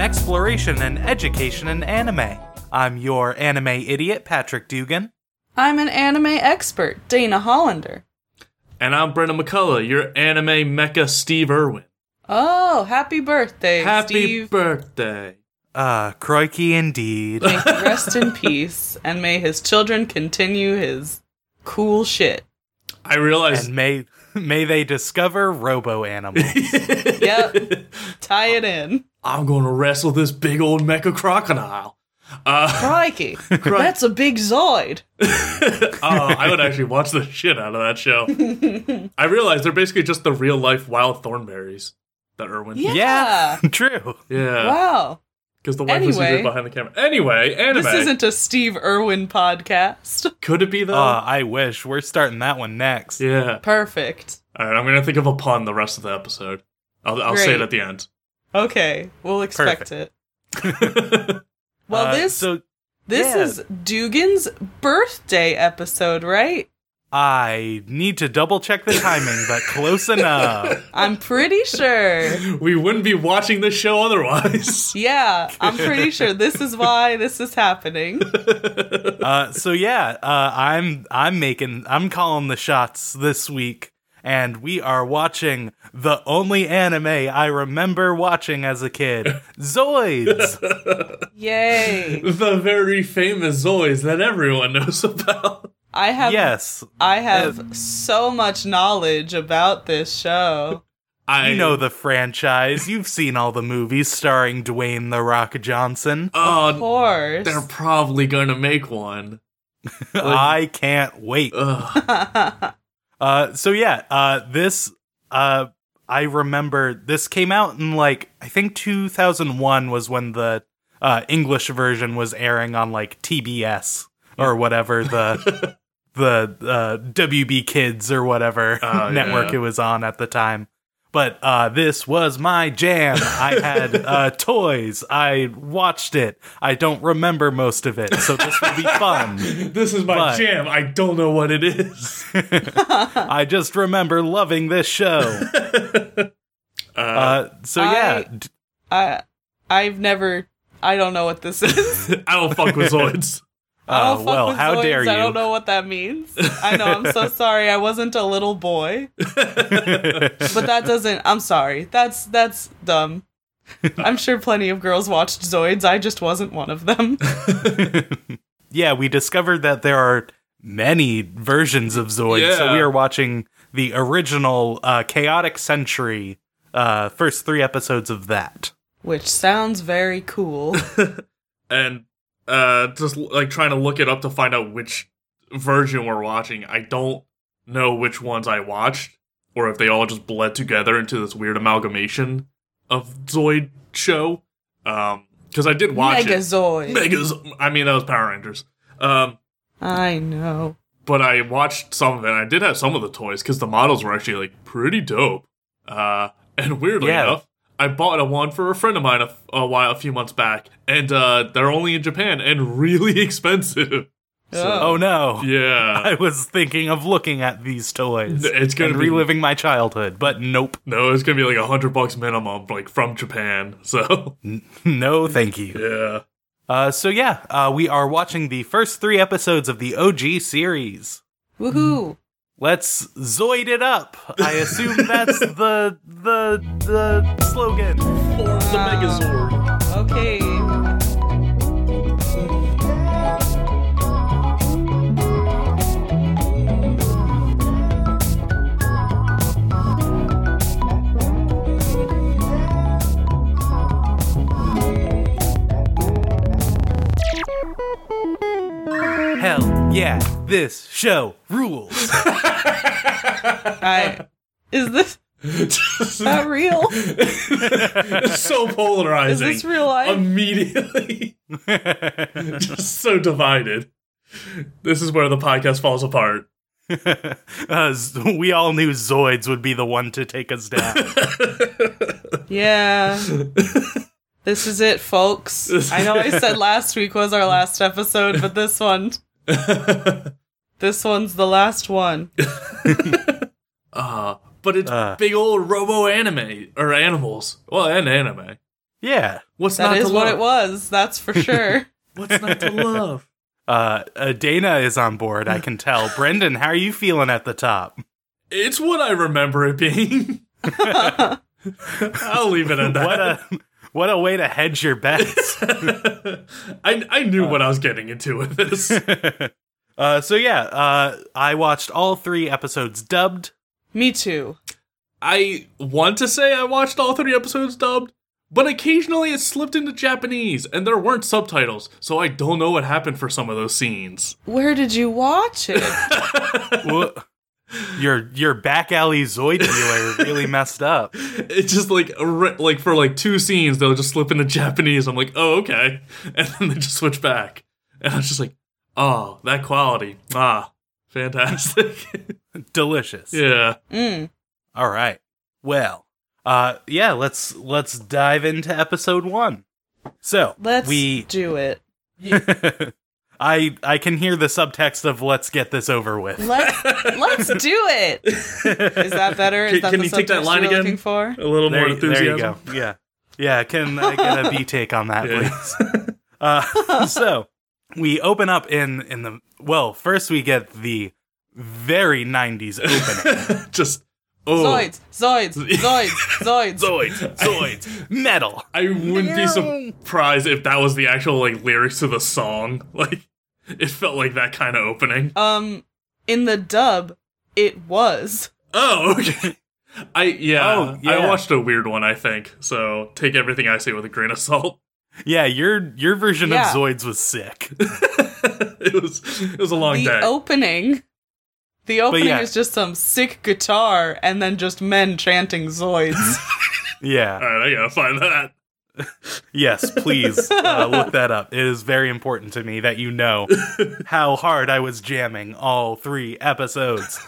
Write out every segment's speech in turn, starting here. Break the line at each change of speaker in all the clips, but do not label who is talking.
exploration and education in anime. I'm your anime idiot, Patrick Dugan.
I'm an anime expert, Dana Hollander.
And I'm Brendan McCullough, your anime mecha Steve Irwin.
Oh, happy birthday,
Happy
Steve.
birthday.
Uh, crikey indeed.
May he rest in peace, and may his children continue his cool shit.
I realized
and may may they discover robo animals.
Yep. Tie it in.
I'm going to wrestle this big old mecha crocodile. Uh,
Crikey. That's a big Zoid.
oh, I would actually watch the shit out of that show. I realized they're basically just the real life wild thornberries that Irwin.
Yeah.
yeah, true.
Yeah.
Wow.
Because the wife was
Anyway.
secret behind the camera. Anyway, anime.
This isn't a Steve Irwin podcast.
Could it be though?
Uh, I wish we're starting that one next.
yeah.
Perfect.
All right, I'm going to think of a pun the rest of the episode. I'll, I'll say it
Great.
at the end.
Okay, we'll expect
Perfect.
it. Well,
Uh,
this
so
this
yeah.
is Dugan's birthday episode, right?
I need to double check the timing, but close enough.
I'm pretty sure.
We wouldn't be watching this show otherwise.
Yeah, I'm pretty sure this is why this is happening.
Uh, so yeah, uh, I'm I'm making I'm calling the shots this week, and we are watching the only anime I remember watching as a kid, Zoids.
Yay.
the very famous Zoids that everyone knows about.
I have
yes,
I have so much knowledge about this show.
I
you know the franchise. You've seen all the movies starring Dwayne the Rock Johnson.
Of
Oh,
course.
they're probably going to make one.
I can't wait.
Ugh.
Uh, so yeah, uh, this uh, I remember this came out in like I think 2001 was when the uh, English version was airing on like TBS or whatever the the uh, WB Kids or whatever
Oh,
network
yeah.
it was on at the time. But uh, this was my jam. I had uh, toys. I watched it. I don't remember most of it, so this will be fun.
This is my
But-
jam. I don't know what it is.
I just remember loving this show. Uh, so yeah,
I-
d-
I I've never I don't know what this is.
I don't fuck with Zoids.
I don't
Oh,
fuck
well,
with
how
Zoids.
dare
I
you.
don't know what that means. I know, I'm so sorry. I wasn't a little boy. but that doesn't I'm sorry. That's that's dumb. I'm sure plenty of girls watched Zoids. I just wasn't one of them.
yeah, we discovered that there are many versions of Zoid. So
Yeah.
we are watching the original uh, Chaotic Century, uh, first three episodes of that.
Which sounds very cool.
And uh, just like trying to look it up to find out which version we're watching. I don't know which ones I watched or if they all just bled together into this weird amalgamation of Zoid show. Um, because I did watch it.
Megazoid.
Megas. I mean, that was Power Rangers. Um,
I know.
but I watched some of it. And I did have some of the toys because the models were actually like pretty dope. Uh, and weirdly
Yeah.
enough, I bought a one for a friend of mine a, a while, a few months back, and uh, they're only in Japan and really expensive.
Oh.
Oh no.
Yeah,
I was thinking of looking at these toys
It's gonna
and
be-
reliving my childhood, but nope,
no, it's gonna be like a hundred bucks minimum, like from Japan. So
no, thank you.
yeah,
Uh, so yeah, uh, we are watching the first three episodes of the OG series.
Woohoo.
Let's zoid it up. I assume that's the the the slogan.
form the Megazord.
Okay.
Hell yeah, this show rules.
I is this that real?
it's so
Is
polarizing.
this real
Um,
life?
Immediately, just so divided. This is where the podcast falls apart.
Uh, z- we all knew Zoids would be the one to take us down.
Yeah. This is it, folks. I know I said last week was our last episode, but this one this one's the last one.
Uh, but it's
Uh.
Uh.
big old robo anime or animals. Well, and anime.
Yeah.
What's
That
not
is
to
what
love?
it was. That's for sure.
What's not to love?
Uh, uh, Dana is on board, I can tell. Brendan, how are you feeling at the top?
It's what I remember it being. I'll leave it at that.
What a what a way to hedge your bets.
I I knew what I was getting into with this.
uh, so yeah, uh, I watched all three episodes dubbed.
Me too.
I want to say I watched all three episodes dubbed, but occasionally it slipped into Japanese and there weren't subtitles, so I don't know what happened for some of those scenes.
Where did you watch it?
Wha- your your back alley Zoid dealer really messed up.
It's just like ri- like for like two scenes they'll just slip into Japanese. I'm like, oh okay, and then they just switch back, and I was just like, oh that quality, ah, fantastic,
Delicious.
yeah.
Mm.
All right. Well, uh, yeah. Let's let's dive into episode one. So
Let's
we.
do it.
I I can hear the subtext of "Let's get this over with."
Let's let's do it. Is that better? Is
Can-
that
can
the
you take that
subtext
line
you were
again?
Looking for?
A little more
There, there
enthusiasm.
you go. Yeah, yeah. Can I get a B take on that,
Yeah.
please? Uh, so we open up in in the well. First, we get the very '90s opening.
just oh,
Zoids, Zoids, Zoids, Zoids.
Zoids, Zoids, metal.
I wouldn't be
Meow.
surprised if that was the actual like lyrics to the song. Like it felt like that kind of opening.
Um, in the dub, it was.
Oh, okay. I yeah,
Oh, yeah.
I watched a weird one, I think. So take everything I say with a grain of salt.
Yeah, your your version
Yeah.
of Zoids was sick.
it was it was a long
the
day.
opening. The opening
yeah.
is just some sick guitar and then just men chanting Zoids.
Yeah.
All right, I gotta find that.
Yes, please uh, look that up. It is very important to me that you know how hard I was jamming all three episodes.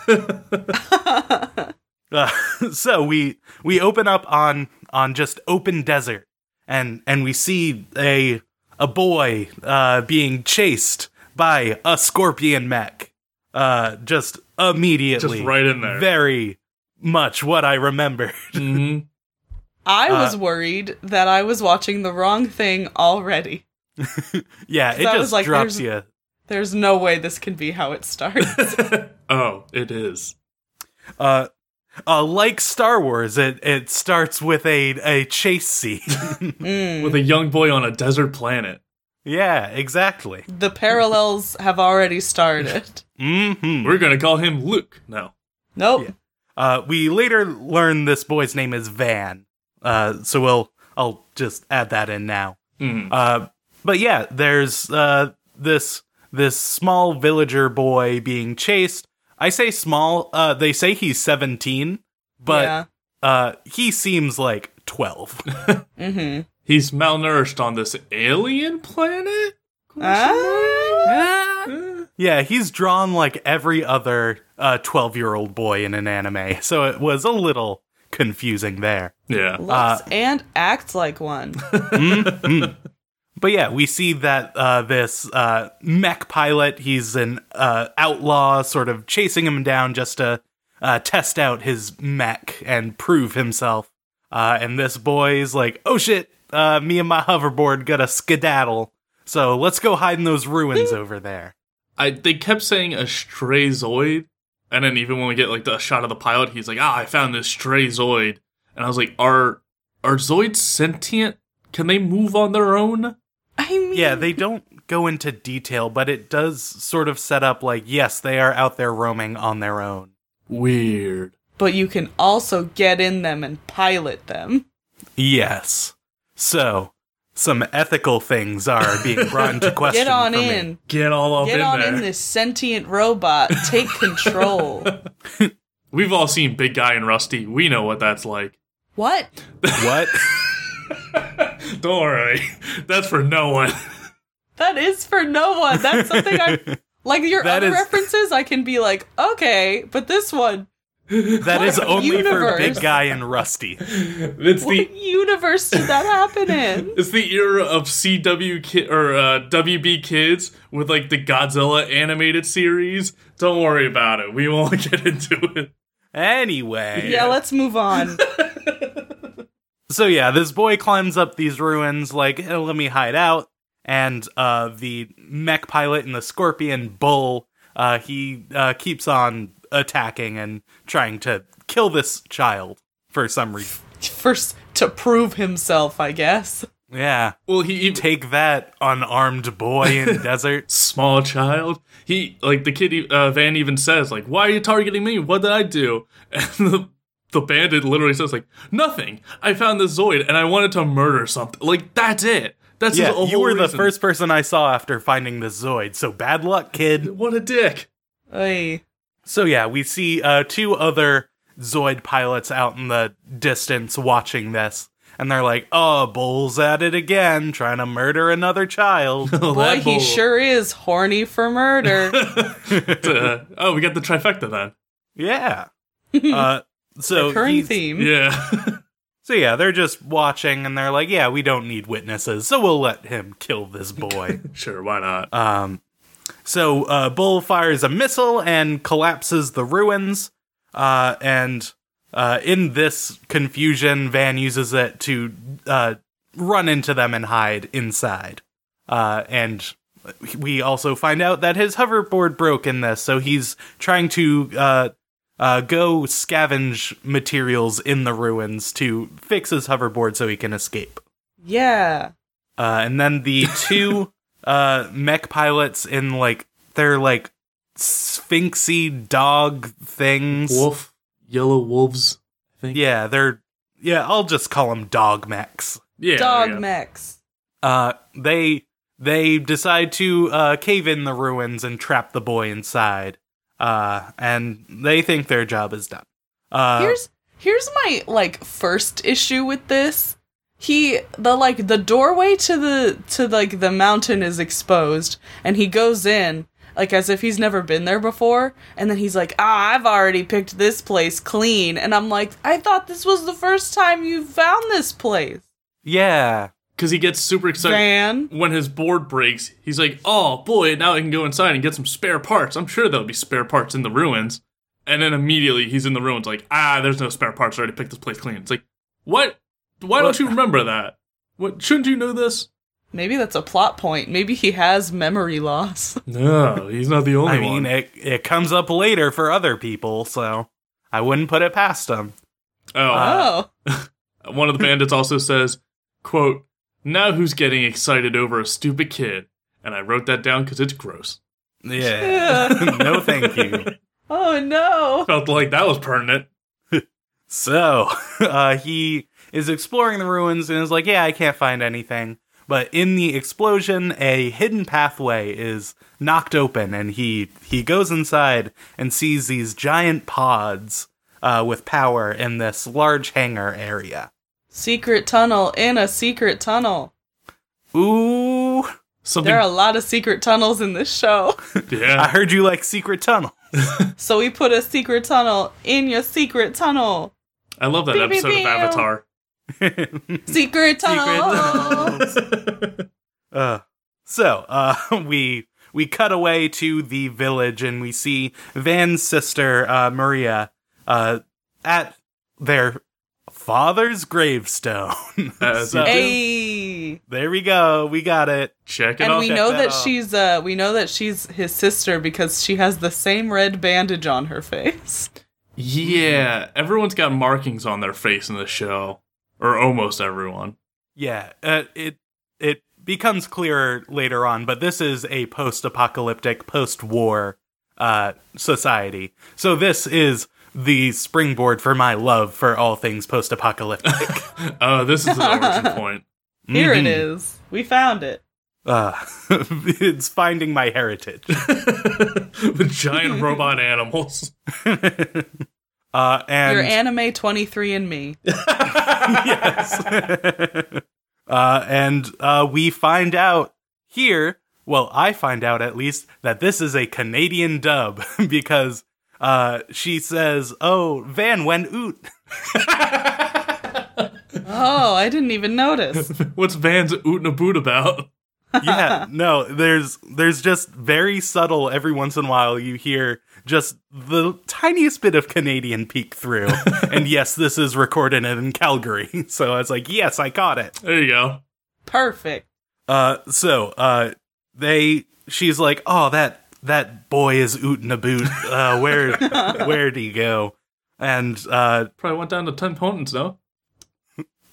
Uh, so we we open up on on just open desert, and and we see a a boy uh, being chased by a scorpion mech. Uh, just immediately,
Just right in there.
very much what I remember.
Mhm.
Mm-hmm. I was
Uh.
worried that I was watching the wrong thing already.
yeah, it
I was
just
like,
drops
there's-
you.
There's no way this can be how it starts.
Oh, it is.
uh, uh, like Star Wars, it it starts with a a chase scene.
Mm.
With a young boy on a desert planet.
yeah, exactly.
the parallels have already started.
hmm
We're gonna call him Luke now.
Nope.
Uh, we later learn this boy's name is Van. Uh, so we'll I'll just add that in now. Uh, but yeah, there's uh this this small villager boy being chased. I say small. Uh, they say he's seventeen, but
Yeah.
uh, he seems like twelve.
He's malnourished on this alien planet?
Ah.
Yeah, he's drawn like every other uh 12-year-old boy in an anime. So it was a little confusing there.
Yeah.
Uh,
Looks and acts like one.
But yeah, we see that uh this uh mech pilot, he's an uh outlaw sort of chasing him down just to uh test out his mech and prove himself. Uh and this boy's like, "Oh shit, uh me and my hoverboard got to skedaddle. So let's go hide in those ruins over there."
I they kept saying a stray Zoid, and then even when we get like the shot of the pilot, he's like, "Ah, I found this stray Zoid," and I was like, "Are are Zoids sentient? Can they move on their own?"
I mean,
Yeah, they don't go into detail, but it does sort of set up like, yes, they are out there roaming on their own.
Weird.
but you can also get in them and pilot them.
Yes. So, some ethical things are being brought into question.
Get on
for me.
in.
Get all up
Get
in
on
there.
in this sentient robot. Take control.
We've all seen Big Guy and Rusty. We know what that's like.
what?
What?
Don't worry, that's for no one.
That is for no one. That's something I like. Your
That
other
is-
references, I can be like, okay, but this one,
That is
What
only for
universe?
Big Guy and Rusty.
It's the
what universe did that happen in?
It's the era of CW ki- or uh, WB kids with like the Godzilla animated series. Don't worry about it. We won't get into it.
Anyway.
Yeah, let's move on.
So yeah, this boy climbs up these ruins like, "Eh, let me hide out. And uh, the mech pilot and the scorpion bull, uh, he uh, keeps on attacking and trying to kill this child for some reason.
First, to prove himself, I guess.
Yeah.
Well, he even
Take that, unarmed boy in desert.
small child. He like the kid. e- Uh, Van even says like, "Why are you targeting me? What did I do?" And the the bandit literally says like, "Nothing. I found the Zoid and I wanted to murder something. Like that's it. That's his
Yeah,
whole
you were the
reason.
first person I saw after finding the Zoid, so bad luck, kid.
What a dick.
Oy.
So yeah, we see uh, two other Zoid pilots out in the distance watching this, and they're like, "Oh, Bull's at it again, trying to murder another child."
Oh,
Boy,
that
he
bull.
sure is horny for murder.
Uh, oh, we got the trifecta then.
yeah. Uh, so
Recurring
he's-
theme.
Yeah.
so yeah, they're just watching, and they're like, "Yeah, we don't need witnesses, so we'll let him kill this boy."
sure. Why not?
Um, so uh, Bull fires a missile and collapses the ruins. Uh, and uh, in this confusion, Van uses it to uh, run into them and hide inside. Uh, and we also find out that his hoverboard broke in this, so he's trying to uh, uh, go scavenge materials in the ruins to fix his hoverboard so he can escape.
Yeah.
Uh, and then the two uh, mech pilots in like their like sphinxy dog things.
Wolf. Yellow wolves. I think.
Yeah, they're yeah. I'll just call them dog mechs.
Yeah.
Dog
yeah.
mechs.
Uh, they they decide to uh, cave in the ruins and trap the boy inside. Uh, and they think their job is done. Uh,
here's here's my like first issue with this. He the like the doorway to the to like the mountain is exposed and he goes in like as if he's never been there before and then he's like, "Ah, I've already picked this place clean." And I'm like, "I thought this was the first time you found this place."
yeah,
Because he gets super excited.
Van.
when his board breaks, he's like, "Oh boy, now I can go inside and get some spare parts. I'm sure there'll be spare parts in the ruins." And then immediately he's in the ruins, like, "Ah, there's no spare parts. I already picked this place clean." It's like, what? Why
What?
don't you remember that? What? Shouldn't you know this?
Maybe that's a plot point. Maybe he has memory loss.
No, he's not the only
I mean eh, it. It comes up later for other people, so I wouldn't put it past them.
oh,
oh.
one of the bandits also says, "Quote: Now who's getting excited over a stupid kid?" And I wrote that down because it's gross.
Yeah. no, thank you.
oh no.
Felt like that was pertinent.
So, uh, he is exploring the ruins and is like, yeah, I can't find anything. But in the explosion, a hidden pathway is knocked open, and he he goes inside and sees these giant pods uh, with power in this large hangar area.
Secret tunnel in a secret tunnel.
Ooh,
Something.
There are a lot of secret tunnels in this show.
yeah.
I heard you like secret tunnel.
So we put a secret tunnel in your secret tunnel.
I love that
Pew, pew,
episode of
pew.
Avatar.
Secret tunnel.
Uh, so uh, we we cut away to the village and we see Van's sister uh, Maria uh, at their father's gravestone.
As
So-
you do.
hey.
there we go. We got it.
Check it
And
out.
we know
that
that
off.
she's uh we know that she's his sister because she has the same red bandage on her face.
yeah, everyone's got markings on their face in the show, or almost everyone.
Yeah. Uh, it it becomes clearer later on, but this is a post-apocalyptic, post-war uh, society. So this is the springboard for my love for all things post-apocalyptic.
Oh, this is the origin point.
Here it
Mhm.
is. We found it.
Uh, it's finding my heritage.
With giant robot animals.
Uh, and
Your anime 23 and me.
yes. uh, and uh, we find out here, well, I find out at least, that this is a Canadian dub because uh, she says, Oh, Van Wen Oot.
Oh, I didn't even notice.
What's Van's oot and a boot about?
yeah, no, there's there's just very subtle every once in a while you hear just the tiniest bit of Canadian peek through. and yes, this is recorded in Calgary. So I was like, yes, I caught it.
There you go.
Perfect.
Uh, so uh, they, she's like, oh, that that boy is ootin' a boot. Uh, where where'd he go? And uh,
Probably went down to Tim Hortons, no?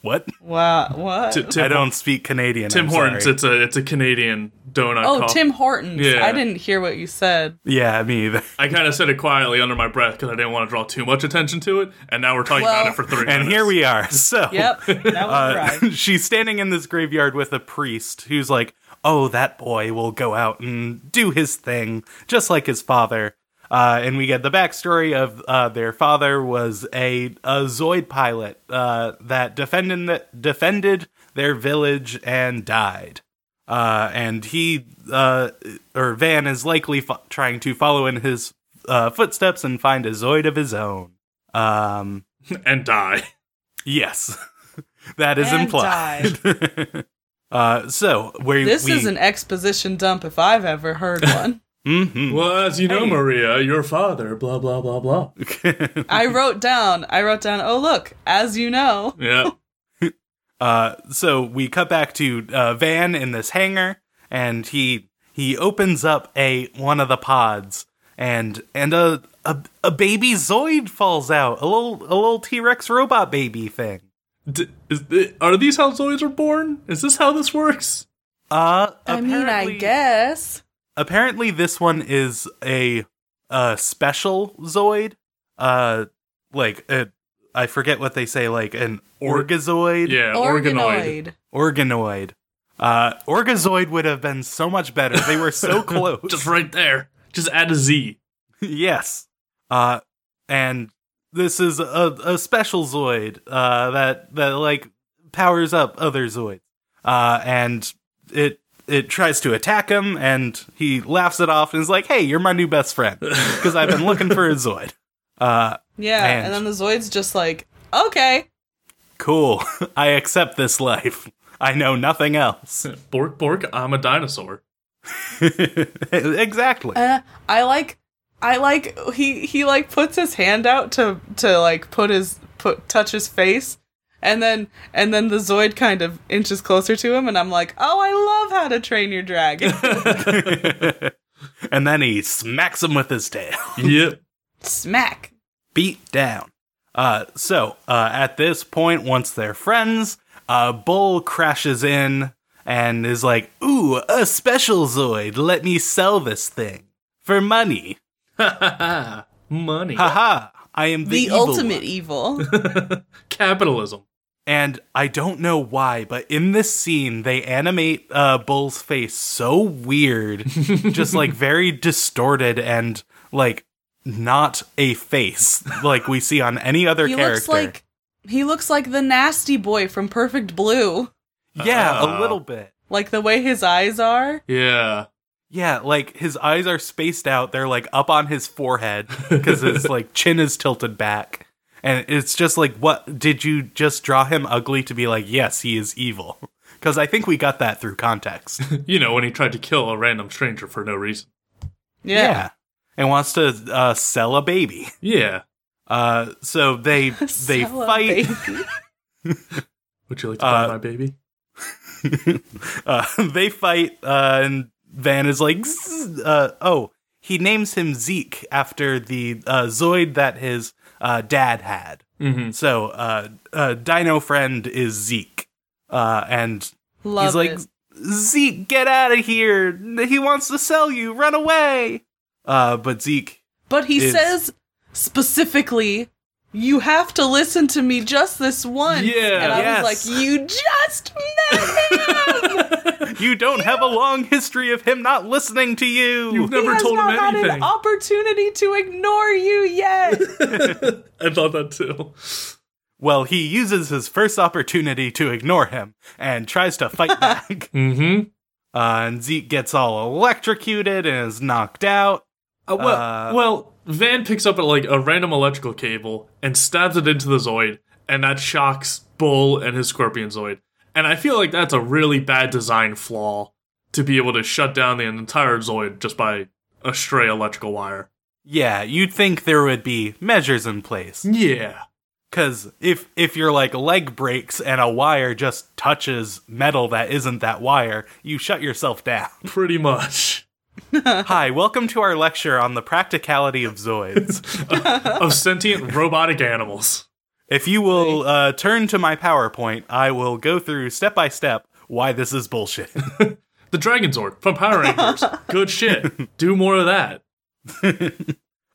what?
Wow. What?
T- Tim,
I don't speak Canadian.
Tim
I'm
Hortons.
sorry.
It's a it's a Canadian donut.
oh,
coffee.
Tim Hortons.
Yeah.
I didn't hear what you said.
Yeah, me either.
I kind of said it quietly under my breath because I didn't want to draw too much attention to it, and now we're talking about
Well-
it for three minutes.
And here we are. So
Yep. That was
Uh,
right.
she's standing in this graveyard with a priest who's like, "Oh, that boy will go out and do his thing, just like his father." Uh, and we get the backstory of uh, their father was a, a Zoid pilot uh, that defended that defended their village and died. Uh, and he uh, or Van is likely fo- trying to follow in his uh, footsteps and find a Zoid of his own. Um,
and die.
Yes, that is
And
implied. uh, so where
This
we,
is an exposition dump if I've ever heard one.
Mhm.
Well, as you know,
Hey.
Maria, your father, blah blah blah blah.
I wrote down, I wrote down, oh, look, as you know.
Yeah,
uh, so we cut back to uh, Van in this hangar, and he he opens up a one of the pods, and and a a, a baby Zoid falls out, a little a little T Rex robot baby thing.
D- is th- are these how Zoids are born? Is this how this works?
Uh,
I mean, I
apparently-
guess.
apparently this one is a a special zoid uh like a, i forget what they say like an
Or-
orgazoid
Yeah, organoid.
organoid
Organoid.
uh orgazoid would have been so much better they were so close
Just right there. Just add a Z.
yes uh and this is a, a special zoid uh that that like powers up other zoids uh and it it tries to attack him and he laughs it off and is like hey you're my new best friend because i've been looking for a zoid uh
Yeah.
Man.
And then the Zoid's just like, okay.
cool i accept this life i know nothing else
Bork bork. I'm a dinosaur.
exactly
Uh, I like, I like, he, he like puts his hand out to, to like put his, put, touch his face. And then, and then the Zoid kind of inches closer to him. And I'm like, oh, I love how to train your dragon.
and then he smacks him with his tail
yep.
Smack.
beat down. Uh, so uh, at this point, once they're friends, uh, Bull crashes in and is like, "Ooh, a special Zoid! Let me sell this thing for money!
Money.
Haha! I am the,
The,
evil
ultimate
one."
evil.
Capitalism.
And I don't know why, but in this scene, they animate uh, Bull's face so weird, just like very distorted and like not a face like we see on any other
he
character.
looks like he looks like the nasty boy from Perfect Blue.
yeah, a
Oh.
little bit.
Like the way his eyes are.
Yeah.
Yeah, like his eyes are spaced out. They're like up on his forehead because his like chin is tilted back. And it's just like, what did you just draw him ugly to be like, yes, he is evil? Because I think we got that through context.
You know when he tried to kill a random stranger for no reason.
Yeah.
And wants to uh, sell a baby.
Yeah.
Uh, so they they
Sell a
fight.
baby.
Would you like to buy
Uh,
my baby?
uh, they fight, uh, and Van is like, "Zzz," uh, oh, he names him Zeke after the uh, Zoid that his uh, dad had.
Mm-hmm.
So, uh, uh, Dino friend is Zeke, uh, and
Love
he's like,
it.
Zeke, get out of here! He wants to sell you. Run away! Uh, but Zeke,
But he
is-
says specifically, you have to listen to me just this once.
Yeah.
And I
Yes.
was like, you just met him.
you don't have a long history of him not listening to
You've
you.
he
never
has
told him
not had
anything.
an opportunity to ignore you yet.
I thought that too.
Well, he uses his first opportunity to ignore him and tries to fight back.
Mm-hmm.
Uh, and Zeke gets all electrocuted and is knocked out.
Uh, well,
Uh,
well, Van picks up like a random electrical cable and stabs it into the Zoid, and that shocks Bull and his Scorpion Zoid. And I feel like that's a really bad design flaw to be able to shut down the entire Zoid just by a stray electrical wire.
Yeah, you'd think there would be measures in place.
Yeah.
Cause if if your like leg breaks and a wire just touches metal that isn't that wire, you shut yourself down.
Pretty much.
Hi, welcome to our lecture on the practicality of Zoids.
of sentient robotic animals.
if you will uh, turn to my PowerPoint, I will go through step by step why this is bullshit.
The Dragon Zord from Power Rangers. Good shit. Do more of that.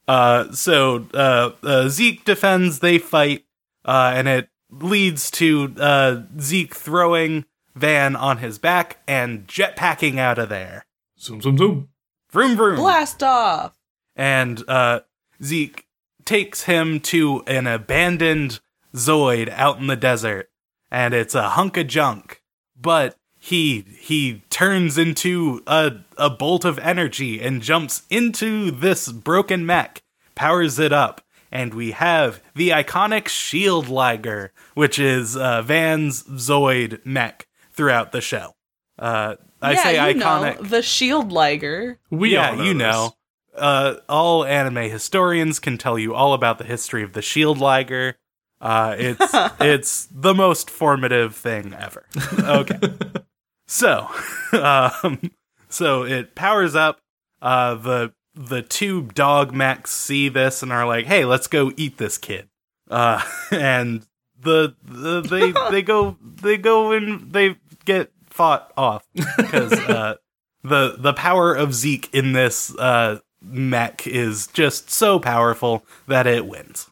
Uh, so uh, uh, Zeke defends, they fight, uh, and it leads to uh, Zeke throwing Van on his back and jetpacking out of there.
Zoom, zoom, zoom.
Vroom vroom.
Blast off.
And uh, Zeke takes him to an abandoned Zoid out in the desert, and it's a hunk of junk. But he he turns into a a bolt of energy and jumps into this broken mech, powers it up, and we have the iconic Shield Liger, which is uh, Van's Zoid mech throughout the show. Uh, I
yeah,
say
you
iconic
know the shield liger.
We
yeah,
all
you
this.
know. Uh, all anime historians can tell you all about the history of the Shield Liger. Uh, it's it's the most formative thing ever. Okay, so um, so it powers up. Uh, the the two dog mechs see this and are like, "Hey, let's go eat this kid." Uh, and the, the they they go they go and they get fought off because uh, the the power of Zeke in this uh, mech is just so powerful that it wins.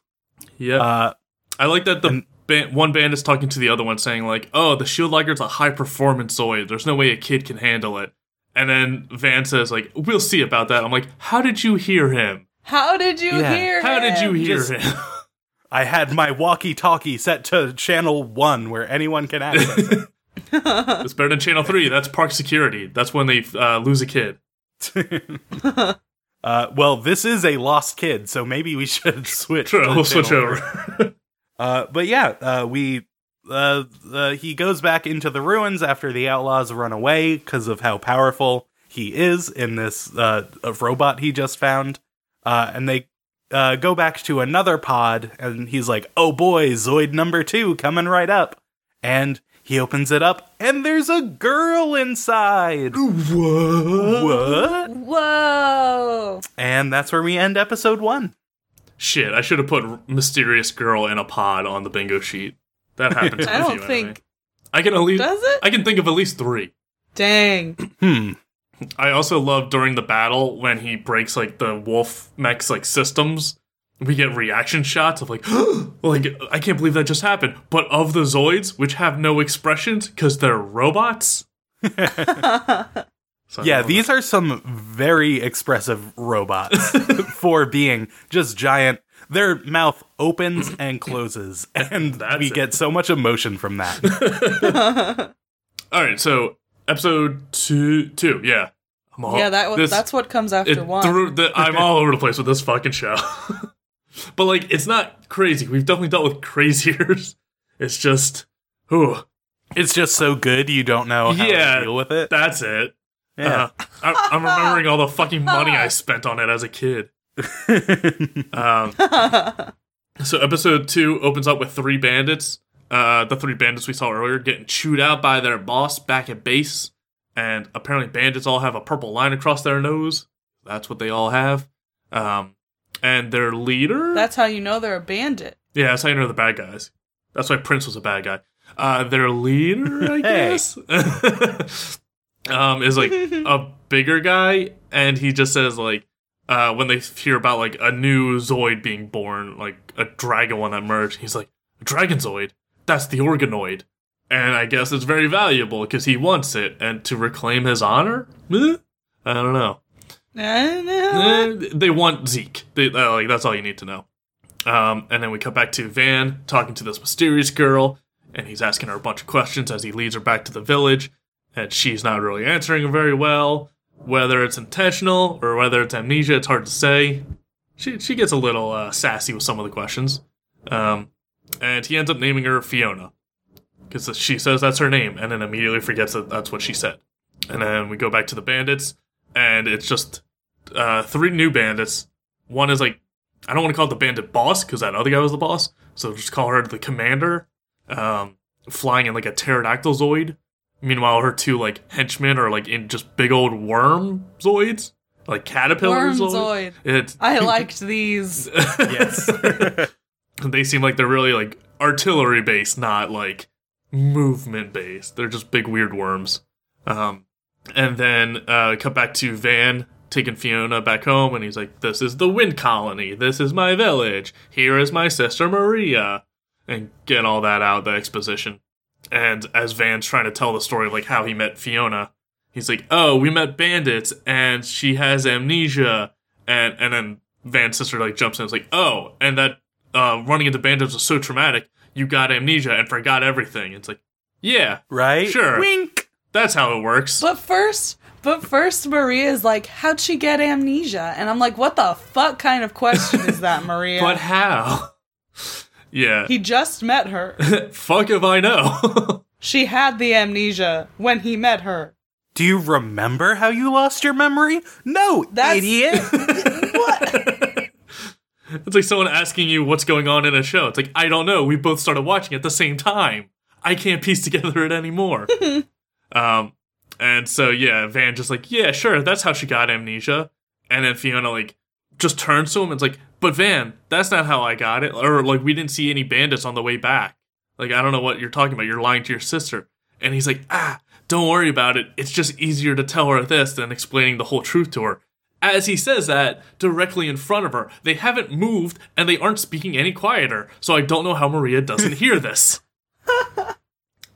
Yeah.
Uh,
I like that the ban- one band is talking to the other one, saying like, "Oh, the Shield Liger's a high performance Zoid. There's no way a kid can handle it." And then Van says like, "We'll see about that." I'm like, "How did you hear him?
How did you
Yeah.
hear?
How did you
him?
hear
Just-
him?"
I had my walkie-talkie set to channel one, where anyone can access it.
it's better than Channel Three. That's Park Security. That's when they uh, lose a kid.
Uh, well, this is a lost kid, so maybe we should switch.
True.
to
We'll switch
channel
over.
Uh, but yeah, uh, we uh, uh, he goes back into the ruins after the outlaws run away because of how powerful he is in this uh, uh, robot he just found, uh, and they uh, go back to another pod, and he's like, "Oh boy, Zoid number two coming right up," and he opens it up, and there's a girl inside. What?
Whoa.
And that's where we end episode one.
Shit, I should have put mysterious girl in a pod on the bingo sheet. That happens.
I
with
don't
you, anyway.
think.
I can at least.
Does it?
I can think of at least three.
Dang.
Hmm.
I also love during the battle when he breaks like the wolf mech's like systems. We get reaction shots of like, like I can't believe that just happened. But of the Zoids, which have no expressions because they're robots. So I
Yeah,
love it.
these are some very expressive robots for being just giant. Their mouth opens and closes, and
That's
we
it.
get so much emotion from that.
All right, so episode two, two, yeah. I'm all-
Yeah, that was,
Oh, this-
that's what comes after
it
one.
threw- the- I'm all over the place with this fucking show. but like, it's not crazy. We've definitely dealt with craziers. It's just, ooh,
it's just so good, you don't know how
Yeah.
to deal with it.
that's it.
Yeah.
Uh, I, I'm remembering all the fucking money I spent on it as a kid. um, so episode two opens up with three bandits. Uh, the three bandits we saw earlier getting chewed out by their boss back at base, and apparently bandits all have a purple line across their nose. That's what they all have. Um, and their leader.
That's how you know they're a bandit.
yeah, that's how you know the bad guys. That's why Prince was a bad guy. Uh, their leader, I
Hey.
guess. um, is like a bigger guy, and he just says like, uh, when they hear about like a new Zoid being born, like a dragon one that merged, he's like, a dragon Zoid? That's the organoid, and I guess it's very valuable because he wants it, and to reclaim his honor, Eh? I don't know.
Eh,
Eh, they want Zeke. They, uh, like that's all you need to know. Um, and then we cut back to Van talking to this mysterious girl, and he's asking her a bunch of questions as he leads her back to the village, and she's not really answering him very well. Whether it's intentional or whether it's amnesia, it's hard to say. She she gets a little uh, sassy with some of the questions, um, and he ends up naming her Fiona because she says that's her name, and then immediately forgets that that's what she said. And then we go back to the bandits, and it's just uh, three new bandits One is like I don't want to call it the bandit boss because that other guy was the boss, so just call her the commander. Um, flying in like a pterodactyl zoid. Meanwhile, her two like henchmen are like in just big old worm zoids, like caterpillar
Worm
zoid.
Zoid.
It's
I liked these.
yes.
they seem like they're really like artillery based, not like movement based. They're just big weird worms. Um, and then uh, cut back to Van taking Fiona back home, and he's like, "This is the wind colony. This is my village. Here is my sister Maria," and get all that out the exposition. And as Van's trying to tell the story of like how he met Fiona, he's like, "Oh, we met bandits, and she has amnesia," and and then Van's sister like jumps in, and is like, "Oh, and that uh, running into bandits was so traumatic, you got amnesia and forgot everything." It's like, yeah,
Right?
Sure.
Wink.
that's how it works.
But first, but first, Maria is like, "How'd she get amnesia?" And I'm like, "What the fuck kind of question is that, Maria?"
But how? yeah.
he just met her.
Fuck if I know.
She had the amnesia when he met her.
Do you remember how you lost your memory? No,
That's-
idiot.
it's like someone asking you what's going on in a show. It's like, I don't know. We both started watching at the same time. I can't piece together it anymore. um, and so, yeah, Van just like, yeah, sure. That's how she got amnesia. And then Fiona, like, just turns to him and's like, but Van, that's not how I got it. Or, like, we didn't see any bandits on the way back. Like, I don't know what you're talking about. You're lying to your sister. And he's like, ah, don't worry about it. It's just easier to tell her this than explaining the whole truth to her. As he says that, directly in front of her, they haven't moved and they aren't speaking any quieter. So I don't know how Maria doesn't hear this.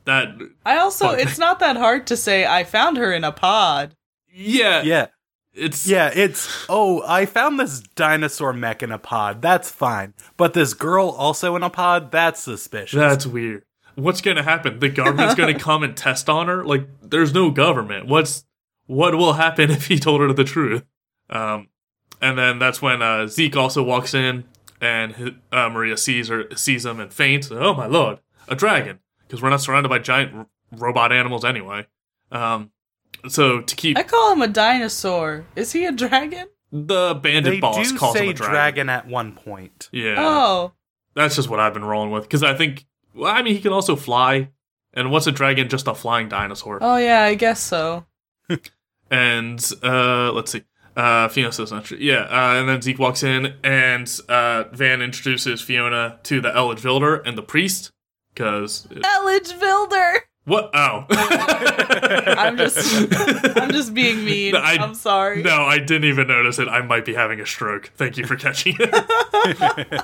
that,
I also,
Fuck.
it's not that hard to say. I found her in a pod.
yeah,
yeah.
it's,
Yeah, it's oh, I found this dinosaur mech in a pod. That's fine. But this girl also in a pod, that's suspicious.
That's weird. What's going to happen? The government's going to come and test on her? Like, there's no government. What's what will happen if he told her the truth? Um, and then that's when uh, Zeke also walks in, and hi- uh, Maria sees her, sees him, and faints. Oh my lord, a dragon! Because we're not surrounded by giant r- robot animals anyway. Um, so to keep
I call him a dinosaur. Is he a dragon?
the bandit
they
boss
do
calls
say
him a dragon.
dragon at one point.
Yeah.
Oh,
That's just what I've been rolling with because I think. Well, I mean, he can also fly, and what's a dragon? Just a flying dinosaur.
oh yeah, I guess so.
And uh, let's see. Uh, Fiona says not true. Yeah, uh, and then Zeke walks in, and uh, Van introduces Fiona to the Elid Vilder and the priest. Because
Ellidge Vilder.
what? Oh,
I'm just, I'm just being mean.
No, I-
I, am sorry.
no, I didn't even notice it. I might be having a stroke. Thank you for catching it.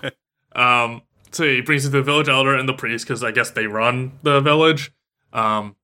um, so he brings it to the village elder and the priest because I guess they run the village. Um,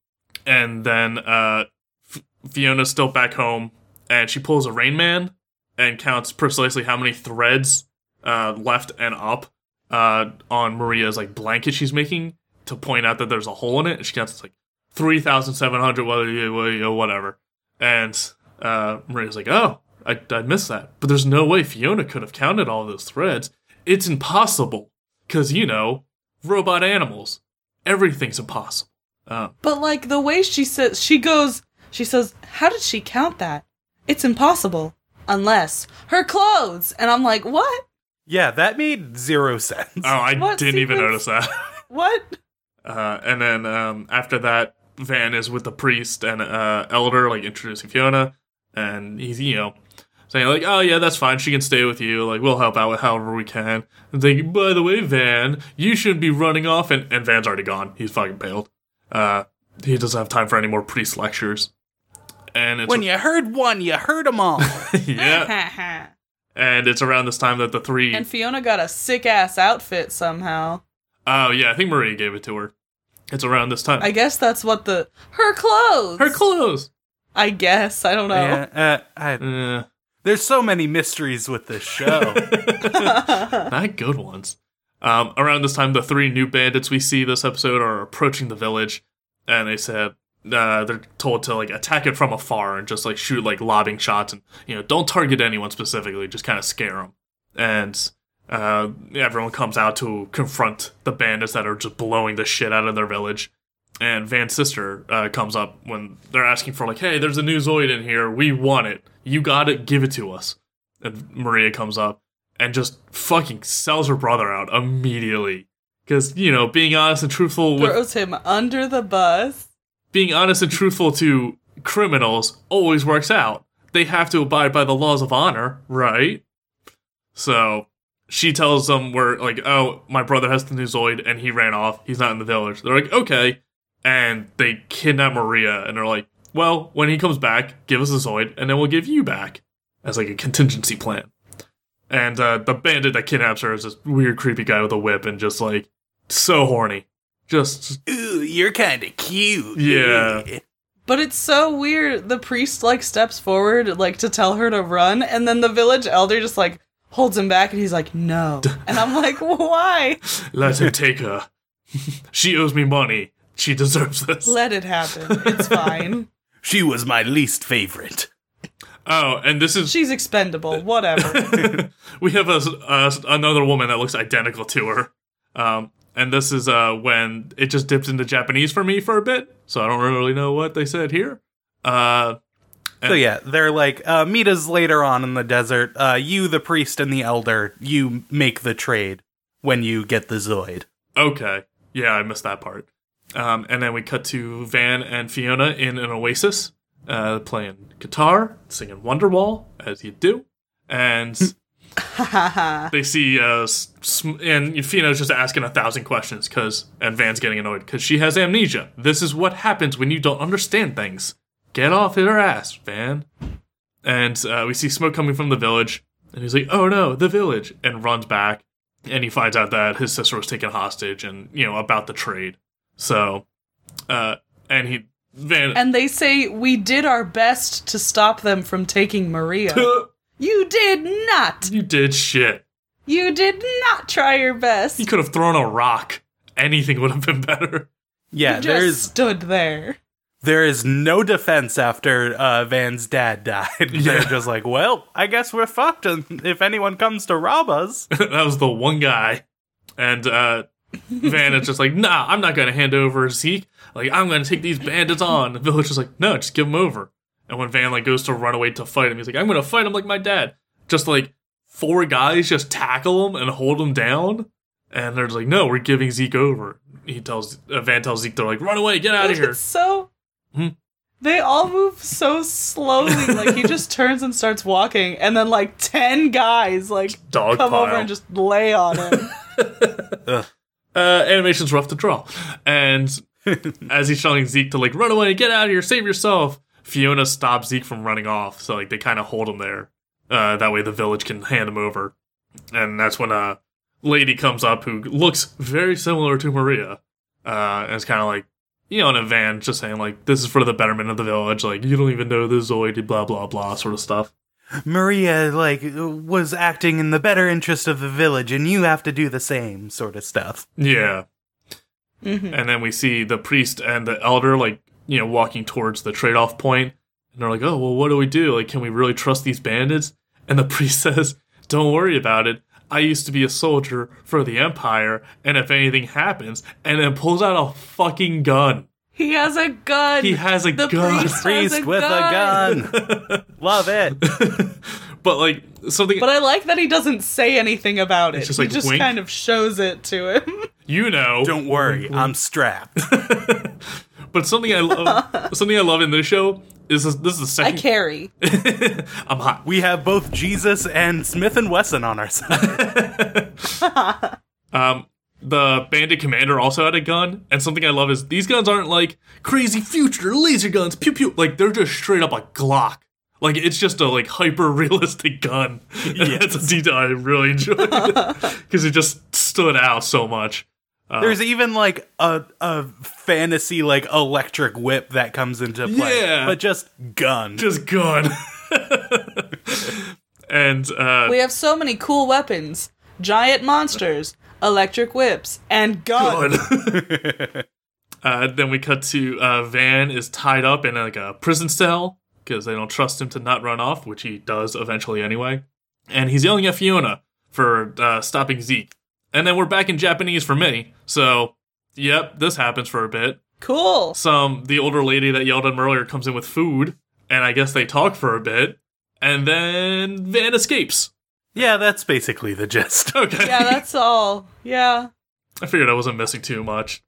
and then uh, F- Fiona's still back home, and she pulls a Rain Man and counts precisely how many threads uh, left and up uh, on Maria's like blanket she's making to point out that there's a hole in it. And she counts it's like three thousand seven hundred, whatever. And uh, Maria's like, "Oh, I, I missed that." But there's no way Fiona could have counted all those threads. It's impossible because you know robot animals. Everything's impossible. Uh,
But like the way she says, she goes, she says, "How did she count that? It's impossible unless her clothes." And I'm like, "What?
Yeah, that made zero sense.
oh, I
What
didn't even notice
sequence?
that.
What?"
Uh, and then um, after that, Van is with the priest and uh, elder, like introducing Fiona, and he's you know saying like, "Oh yeah, that's fine. She can stay with you. Like we'll help out with however we can." And they, by the way, Van, you shouldn't be running off. And, and Van's already gone. He's fucking bailed. Uh, he doesn't have time for any more priest lectures. And it's
when you heard one, you heard them all.
yeah, and it's around this time that the three
and Fiona got a sick ass outfit somehow.
Oh yeah, I think Maria gave it to her. It's around this time.
I guess that's what the her clothes.
her clothes.
I guess I don't know.
Yeah, uh, I-
Uh,
there's so many mysteries with this show.
not good ones. Um, around this time, the three new bandits we see this episode are approaching the village, and they said uh, they're told to like attack it from afar and just like shoot like lobbing shots and you know don't target anyone specifically, just kind of scare them. And uh, everyone comes out to confront the bandits that are just blowing the shit out of their village. And Van's sister uh, comes up when they're asking for like, "Hey, there's a new Zoid in here. We want it. You got it. Give it to us." And Maria comes up and just fucking sells her brother out immediately. Because you know, being honest and truthful with
Throws him under the bus.
being honest and truthful to criminals always works out. They have to abide by the laws of honor, right? So she tells them we're like, oh, my brother has the new Zoid and he ran off. He's not in the village. They're like, okay. And they kidnap Maria and they're like, well, when he comes back, give us the Zoid and then we'll give you back as like a contingency plan. And uh, the bandit that kidnaps her is this weird, creepy guy with a whip and just like so horny. Just
Ooh, you're kind of cute.
Yeah.
But it's so weird. The priest like steps forward like to tell her to run, and then the village elder just like holds him back, and he's like, "No." And I'm like, "Why?
Let him take her. she owes me money. She deserves this.
Let it happen. It's fine.
She was my least favorite.
oh, and this is
She's expendable. Whatever."
we have a, a another woman that looks identical to her. Um, and this is uh when it just dips into Japanese for me for a bit, so I don't really know what they said here. Uh,
So yeah, they're like, uh, meet us later on in the desert. Uh, you, the priest, and the elder, you make the trade when you get the Zoid.
okay, yeah, I missed that part. Um, and then we cut to Van and Fiona in an oasis, uh, playing guitar, singing Wonderwall as you do, and. they see uh s- sm- and Fina's just asking a thousand questions because and Van's getting annoyed because she has amnesia. This is what happens when you don't understand things. Get off her ass, Van. And uh, we see smoke coming from the village, and he's like, "Oh no, the village!" and runs back. And he finds out that his sister was taken hostage, and you know about the trade. So, uh, and he Van.
and they say we did our best to stop them from taking Maria. you did not.
you did shit.
You did not try your best.
You could have thrown a rock. Anything would have been better.
Yeah,
You just
there's
stood there.
there is no defense after uh, Van's dad died. They're just like, well, I guess we're fucked, and if anyone comes to rob us,
that was the one guy. And uh, Van is just like, nah, I'm not going to hand over Zeke. Like, I'm going to take these bandits on. The village is like, no, just give him over. And when Van like goes to run away to fight him, he's like, I'm going to fight him like my dad. Just like four guys just tackle him and hold him down. And they're just like, no, we're giving Zeke over. He tells uh, Van tells Zeke, they're like, run away, get out of here. Hmm?
It's so. They all move so slowly. Like he just turns and starts walking, and then like ten guys like
Dog
come over
pile.
and just lay on him.
uh, animation's rough to draw. And as he's telling Zeke to like run away, get out of here, save yourself, Fiona stops Zeke from running off. So like they kind of hold him there. Uh, that way the village can hand him over. And that's when a lady comes up who looks very similar to Maria. Uh, and it's kind of like you know in a van, just saying like this is for the betterment of the village. Like you don't even know the Zoid, blah blah blah, sort of stuff.
Maria like was acting in the better interest of the village, and you have to do the same sort of stuff.
Yeah.
Mhm.
And then we see the priest and the elder, like, you know, walking towards the trade off point. And they're like, oh, well, what do we do? Like, can we really trust these bandits? And the priest says, don't worry about it. I used to be a soldier for the Empire, and if anything happens, and then pulls out a fucking gun.
He has a gun.
He has a
The
gun.
priest- Has
Priest
a
with a gun, love it.
But, like, something
but I like that he doesn't say anything about it.
just
he
like,
just
wink.
kind of shows it to him.
you know.
Don't worry, I'm strapped.
But something I love, something I love in this show is this, this is the
I
second.
carry.
I'm hot.
We have both Jesus and Smith and Wesson on our side.
Um, the bandit commander also had a gun, and something I love is these guns aren't like crazy future laser guns, pew pew. Like they're just straight up a Glock. Like it's just a like hyper realistic gun. Yeah, that's a detail I really enjoyed because it just stood out so much.
There's even like a a fantasy like electric whip that comes into play,
Yeah.
but just gun.
Just gun. and uh,
We have so many cool weapons: giant monsters, electric whips, and guns.
God. uh, then we cut to uh, Van is tied up in like a prison cell because they don't trust him to not run off, which he does eventually anyway. And he's yelling at Fiona for uh, stopping Zeke. And then we're back in Japanese for me. So, yep, this happens for a bit.
Cool.
Some the older lady that yelled at him earlier comes in with food, and I guess they talk for a bit, and then Van escapes.
Yeah, that's basically the gist.
Okay.
Yeah, that's all. Yeah.
I figured I wasn't missing too much.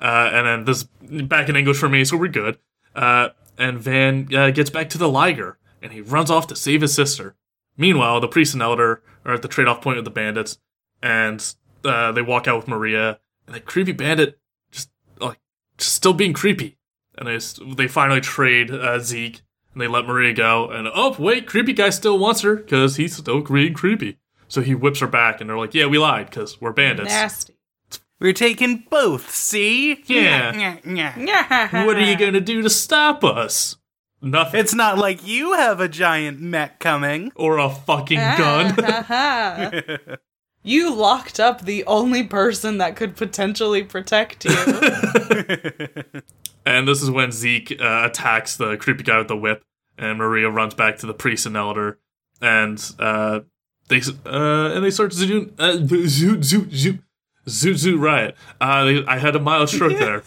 Uh, and then this back in English for me, so we're good. Uh, and Van uh, gets back to the Liger, and he runs off to save his sister. Meanwhile, the priest and elder are at the trade-off point with the bandits, and uh, they walk out with Maria, and the creepy bandit just like just still being creepy. And they s- they finally trade uh, Zeke, and they let Maria go. And oh wait, creepy guy still wants her because he's still being creepy. So he whips her back, and they're like, "Yeah, we lied because we're bandits."
Nasty.
We're taking both, see?
Yeah.
yeah.
What are you going to do to stop us? Nothing.
It's not like you have a giant mech coming.
or a fucking
Ah.
gun.
gun? you locked up the only person that could potentially protect you.
and this is when Zeke uh, attacks the creepy guy with the whip, and Maria runs back to the priest and elder, and uh, they s- uh, and they start zoot uh, zoot zoot zoot zoot zoot riot. Uh, they, I had a mild stroke there.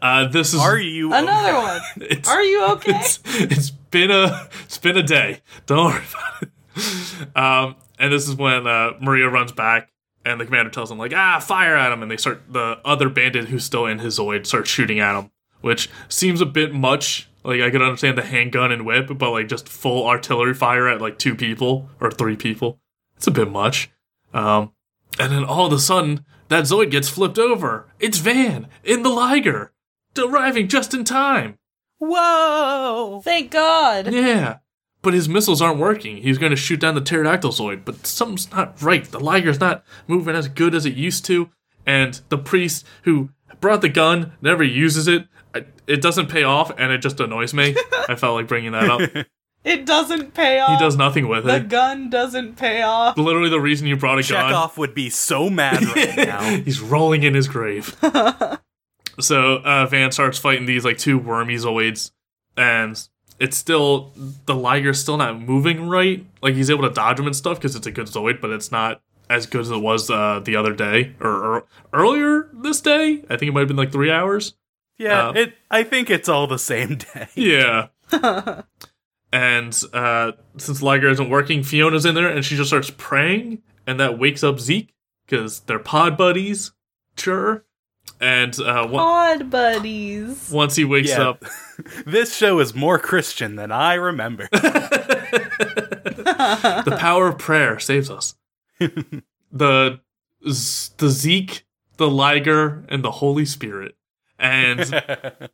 Uh, this is
Are you
Another one.
it's-
Are you okay?
it's, it's been a it's been a day. Don't worry about it. Um, and this is when uh, Maria runs back, and the commander tells them like, "Ah, fire at him!" And they start the other bandit who's still in his Zoid starts shooting at him, which seems a bit much. Like I could understand the handgun and whip, but like just full artillery fire at like two people or three people, it's a bit much. Um, and then all of a sudden, that Zoid gets flipped over. It's Van in the Liger, arriving just in time.
Whoa!
Thank God.
Yeah. But his missiles aren't working. He's going to shoot down the pterodactyl zoid, but something's not right. The Liger's not moving as good as it used to, and the priest who brought the gun never uses it. I- It doesn't pay off, and it just annoys me. I felt like bringing that up. He
It doesn't pay off.
does nothing with
The
it.
gun doesn't pay off.
Literally, the reason you brought a gun.
Chekhov would be so mad right now.
He's rolling in his grave. so uh, Van starts fighting these like two wormy zoids, and it's still the Liger's still not moving right. Like he's able to dodge them and stuff because it's a good zoid, but it's not as good as it was uh, the other day or, or earlier this day. I think it might have been like three hours.
Yeah,
Uh,
it. I think it's all the same day.
Yeah. and uh, since Liger isn't working, Fiona's in there and she just starts praying, and that wakes up Zeke because they're pod buddies. Sure. And uh, on-
Odd buddies.
once he wakes
Yeah.
up,
This show is more Christian than I remember.
the power of prayer saves us. the Z- the Zeke, the Liger, and the Holy Spirit. And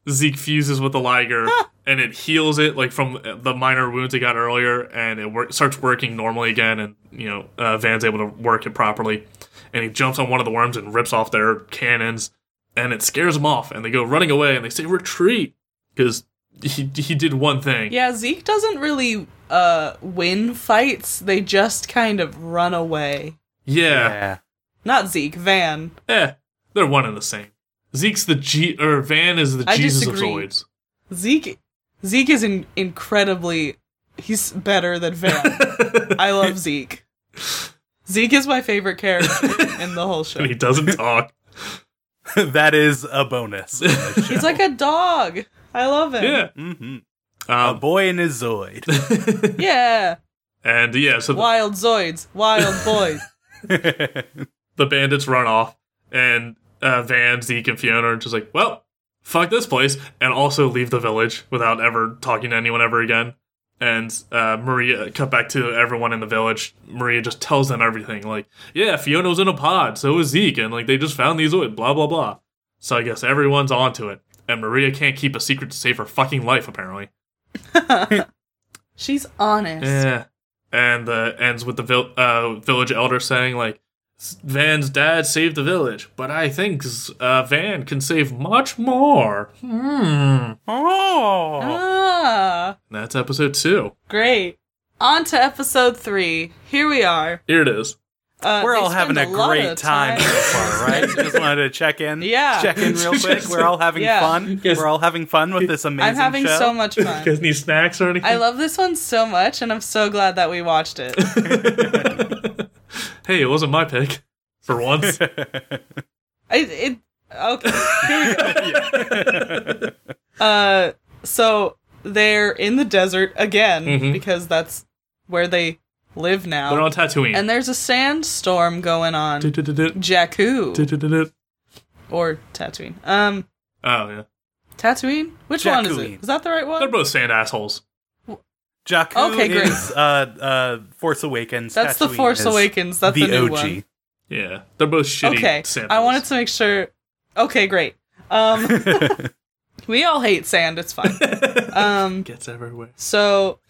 Zeke fuses with the Liger, and it heals it like from the minor wounds he got earlier, and it wor- starts working normally again. And you know, uh, Van's able to work it properly, and he jumps on one of the worms and rips off their cannons, and it scares them off, and they go running away, and they say retreat because he he did one thing.
Yeah, Zeke doesn't really uh win fights. They just kind of run away.
yeah.
yeah.
Not Zeke, Van.
Eh, they're one and the same. Zeke's the G or Van is the
I
Jesus
disagree.
of Zoids.
Zeke Zeke is in- incredibly he's better than Van. I love Zeke. Zeke is my favorite character in the whole show.
And he doesn't talk.
that is a bonus.
He's like a dog. I love him.
yeah.
hmm A
Um,
boy and his Zoid.
Yeah.
and yeah, so the-
Wild Zoids. Wild boys.
the bandits run off, and uh, Van, Zeke, and Fiona are just like, well, fuck this place, and also leave the village without ever talking to anyone ever again. And uh, Maria, cut back to everyone in the village. Maria just tells them everything, like, yeah, Fiona was in a pod, so was Zeke, and like they just found these, oil, blah blah blah. So I guess everyone's onto it, and Maria can't keep a secret to save her fucking life, apparently.
She's honest.
Yeah. Eh. And uh, ends with the vil- uh, village elder saying, like, Van's dad saved the village, but I think uh, Van can save much more. Hmm.
oh.
Ah,
That's episode two.
great. On to episode three. Here we are.
Here it is.
Uh,
We're
they
all having a
spend lot
great
of
time so far, right? Just wanted to check in.
Yeah.
Check in real quick. We're all having
Yeah.
fun.
Yes.
We're all having fun with this amazing
I'm having
show.
so much fun.
guys need snacks or anything?
I love this one so much, and I'm so glad that we watched it.
hey, it wasn't my pick. For once.
I, it okay. Here we go. Uh, so they're in the desert again because that's where they live now.
They're on Tatooine.
and there's a sandstorm going on
Du-du-du-du.
Jakku
Du-du-du-du.
or Tatooine. Um,
Oh yeah,
Tatooine. Which one is it?
Jakkuine.
Is that the right one?
they're both sand assholes.
Jakku
Okay, great.
is uh, uh, Force Awakens.
That's the
Tatooine
Force
is
Awakens. That's the,
the
new
OG.
one.
Yeah, they're both shitty.
Okay,
samples.
I wanted to make sure. Okay, great. Um, we all hate sand. It's fine. Um,
gets everywhere.
so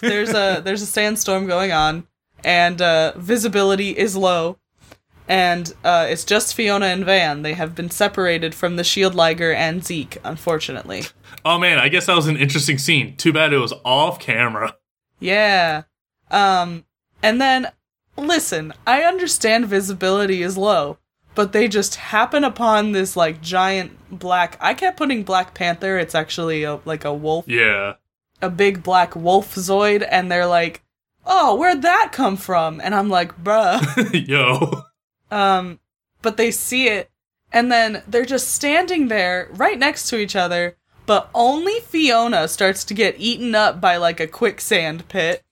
there's a there's a sandstorm going on, and uh, visibility is low, and uh, it's just Fiona and Van. They have been separated from the Shield E Liger and Zeke, unfortunately.
Oh man, I guess that was an interesting scene. Too bad it was off camera.
Yeah. Um and then listen, I understand visibility is low, but they just happen upon this like giant black I kept putting Black Panther, it's actually a like a wolf,
Yeah,
a big black wolf zoid and they're like, "Oh, where'd that come from?" And I'm like, "Bruh."
yo,
Um, but they see it, and then they're just standing there right next to each other. But only Fiona starts to get eaten up by like a quicksand pit.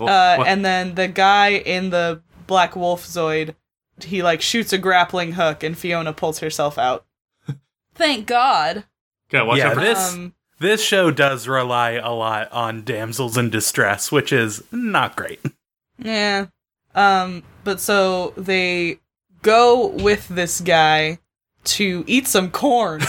Uh, and then the guy in the Black Wolf Zoid, he like shoots a grappling hook, and Fiona pulls herself out. Thank God.
gotta watch
Yeah,
out for
this-
Um,
This show does rely a lot on damsels in distress, which is not great.
Yeah. Um, but so they go with this guy to eat some corn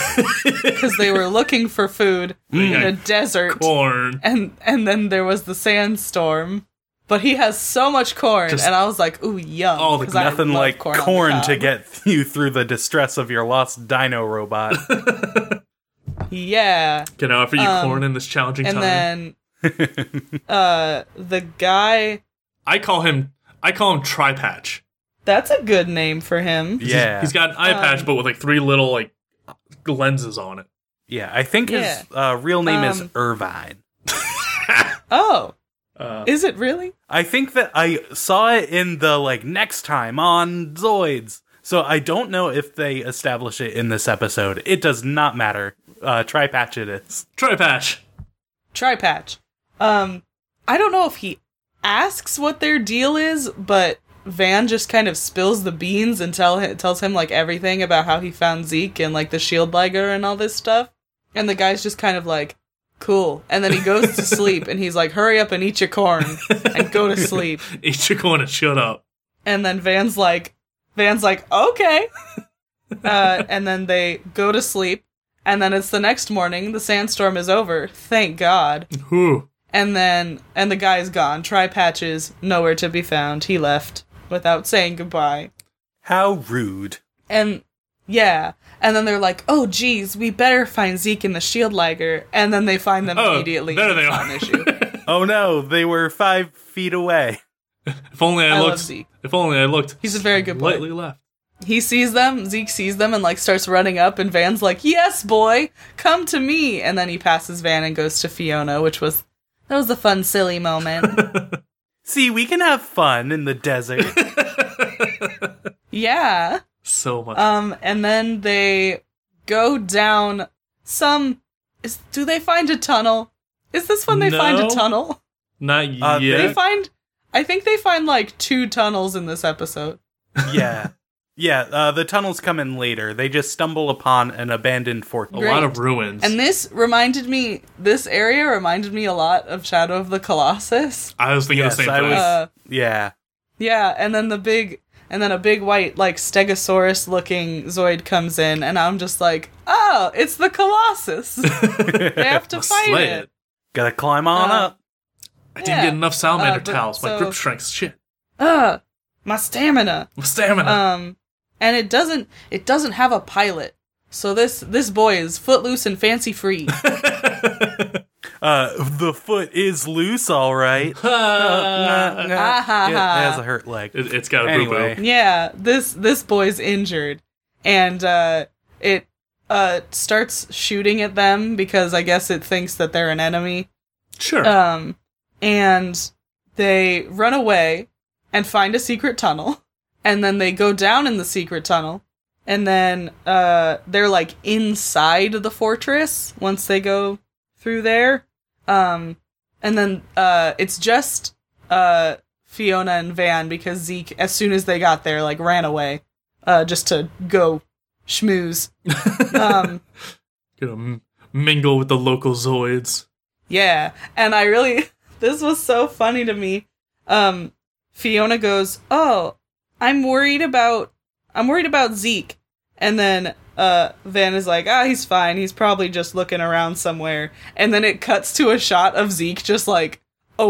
because they were looking for food in a desert.
corn.
And and then there was the sandstorm. But he has so much corn,
Just-
and I was like, "Ooh, yum!"
Oh, the-
'cause I
Nothing
love
like
on
corn,
the cob.
to get you through the distress of your lost dino robot.
Yeah,
Can I offer you
Um,
corn in this challenging
and
time?
then uh, the guy.
I call him. I call him Tripatch.
That's a good name for him.
yeah.
He's got an
Um,
eye patch, but with like three little like lenses on it.
yeah, I think
Yeah.
his uh, real name is
Um,
Irvine.
Oh,
Uh,
is it really?
I think that I saw it in the like next time on Zoids. So I don't know if they establish it in this episode. It does not matter. Uh Tripatch it is.
Tripatch.
Try Patch. Um, I don't know if he asks what their deal is, but Van just kind of spills the beans and tell hi- tells him like everything about how he found Zeke and like the Shield Liger and all this stuff. And the guy's just kind of like, cool. And then he goes to sleep and he's like, hurry up and eat your corn and go to sleep.
Eat your corn and shut up.
And then Van's like, Van's like, okay. Uh, and then they go to sleep. And then it's the next morning. The sandstorm is over. Thank God
Whew.
and then and the guy's gone. Try patches, nowhere to be found. He left without saying goodbye.
How rude.
And yeah, and then they're like, "Oh, geez, we better find Zeke and the Shield Liger." And then they find them
Oh,
immediately.
there
and
they
it's
are.
not an issue.
Oh no, they were five feet away.
If only I,
I love
looked.
Zeke.
If only I looked.
He's a very good boy.
Lightly left.
He sees them. Zeke sees them and like starts running up. And Van's like, "Yes, boy, come to me." And then he passes Van and goes to Fiona, which was that was the fun, silly moment.
See, we can have fun in the desert.
yeah.
So much.
Um, and then they go down some. Is, do they find a tunnel? Is this when they find a
No.
tunnel?
Not
uh, they
They
yet.
find. I think they find like two tunnels in this episode.
yeah. Yeah, uh, the tunnels come in later. They just stumble upon an abandoned Oh,
a
fortress.
lot
great.
of ruins.
And this reminded me. This area reminded me a lot of Shadow of the Colossus.
I was thinking
Yes,
the same
I
thing.
was-
Uh,
Yeah.
yeah, and then the big. And then a big white, like Stegosaurus looking Zoid comes in, and I'm just like, oh, it's the Colossus. they have to
Must
fight
slay
it.
it.
Gotta climb on
Uh,
up.
I didn't get
Yeah.
enough salamander
Uh, but-
towels. My
so-
grip shrinks. Shit.
Ugh, my stamina.
My stamina.
um and it doesn't it doesn't have a pilot so this this boy is footloose and fancy free
Uh, the foot is loose, all right.
Ah.
Nah, nah.
Ah, ha,
Yeah,
ha.
it has a hurt leg.
it, has got a
Anyway.
boo
yeah this this boy's injured and uh it uh starts shooting at them because i guess it thinks that they're an enemy
boo. Sure.
um and they run away and find a secret tunnel and then they go down in the secret tunnel and then uh they're like inside the fortress once they go through there um and then uh it's just uh Fiona and Van because Zeke, as soon as they got there, like ran away uh, just to go schmooze. um,
Gonna m- mingle with the local Zoids.
Yeah. And I really this was so funny to me. Um Fiona goes, "Oh, I'm worried about I'm worried about Zeke." And then uh Van is like, "Ah, he's fine. He's probably just looking around somewhere." And then it cuts to a shot of Zeke just like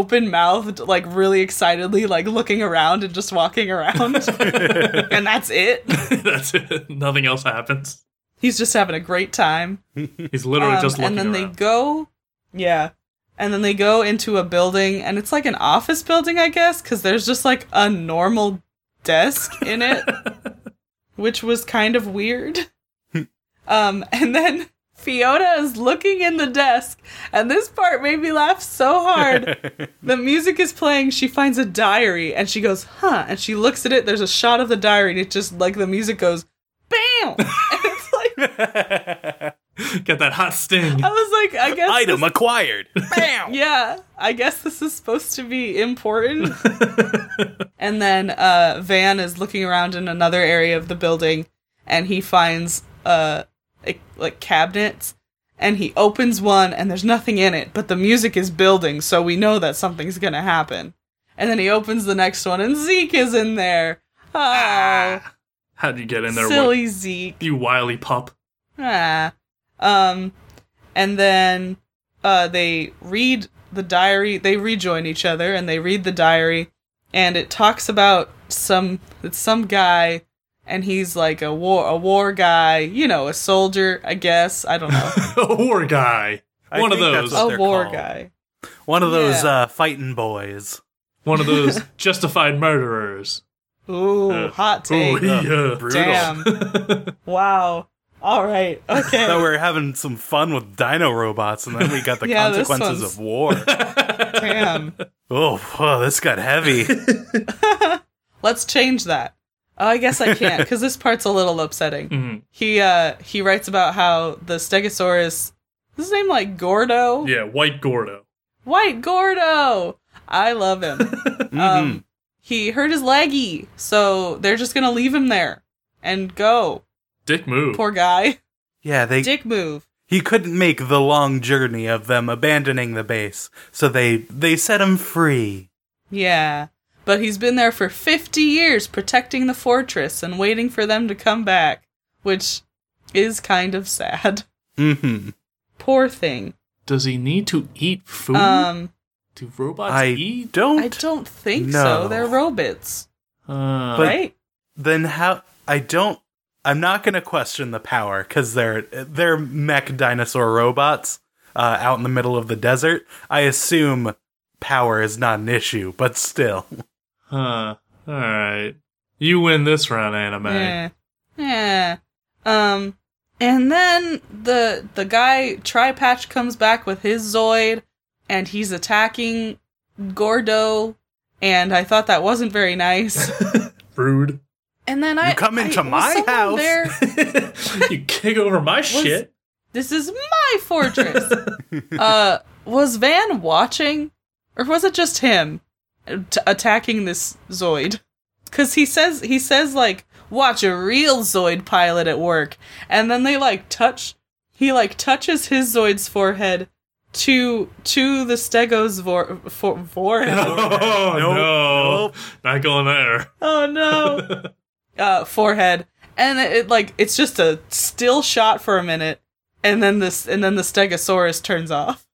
open-mouthed, like really excitedly like looking around and just walking around. and that's it.
That's it. Nothing else happens.
He's just having a great time.
He's literally
Um,
just
and
looking
then
around.
they go yeah and then they go into a building and it's like an office building i guess because there's just like a normal desk in it which was kind of weird um and then fiona is looking in the desk and this part made me laugh so hard the music is playing she finds a diary and she goes huh and she looks at it there's a shot of the diary and it just like the music goes bam and it's like
Get that hot sting.
i was like i guess
Item acquired. Bam.
Yeah, I guess this is supposed to be important. and then uh, Van is looking around in another area of the building, and he finds uh, a, like cabinets, and he opens one, and there's nothing in it, but the music is building, so we know that something's gonna happen. And then he opens the next one, and Zeke is in there. Oh,
How'd you get in there,
silly Zeke.
Wi- you wily pup?
Ah. Um, and then uh, they read the diary. They rejoin each other and they read the diary, and it talks about some it's some guy, and he's like a war a war guy, you know, a soldier, I guess. I don't know,
a war guy.
I
one of
think that's
those.
what
a
they're
war
called.
guy.
One of those
Yeah.
uh, fighting boys.
One of those justified murderers.
Ooh,
Uh,
hot
Oh
take.
yeah.
Brutal.
Damn. wow. All right. Okay.
Thought we were having some fun with dino robots, and then we got the
Yeah, this
consequences
one's-
of war.
Damn.
oh, whoa, this got heavy.
Let's change that. Oh, I guess I can't because this part's a little upsetting.
Mhm.
He uh he writes about how the Stegosaurus. Is his name like Gordo?
Yeah, White Gordo.
White Gordo. I love him. um, he hurt his leggy, so they're just gonna leave him there and go.
Dick move.
Poor guy.
yeah, they
Dick move.
he couldn't make the long journey of them abandoning the base, so they they set him free.
Yeah. But he's been there for 50 years protecting the fortress and waiting for them to come back, which is kind of sad.
hmm
Poor thing.
Does he need to eat food?
Um,
Do robots
I
eat?
don't.
I don't think
No.
so. They're robots,
Uh,
But-
right?
then how? I don't. I'm not going to question the power because they're they're mech dinosaur robots uh, out in the middle of the desert. I assume power is not an issue, but still.
huh. All right. You win this round, anime.
Yeah. Yeah. Um and then the the guy Tripatch comes back with his Zoid and he's attacking Gordo and I thought that wasn't very nice.
Rude.
And then I
You come
I-
into
was
my
someone
house.
there-
you kick over my shit.
This is my fortress. uh was Van watching or was it just him t- attacking this Zoid? Cuz he says he says like watch a real Zoid pilot at work and then they like touch he like touches his Zoid's forehead to to the Stego's vor- for- forehead.
Oh
Nope.
no!
Nope.
Not going there.
oh no. Uh forehead and it, it like it's just a still shot for a minute and then this and then the Stegosaurus turns off.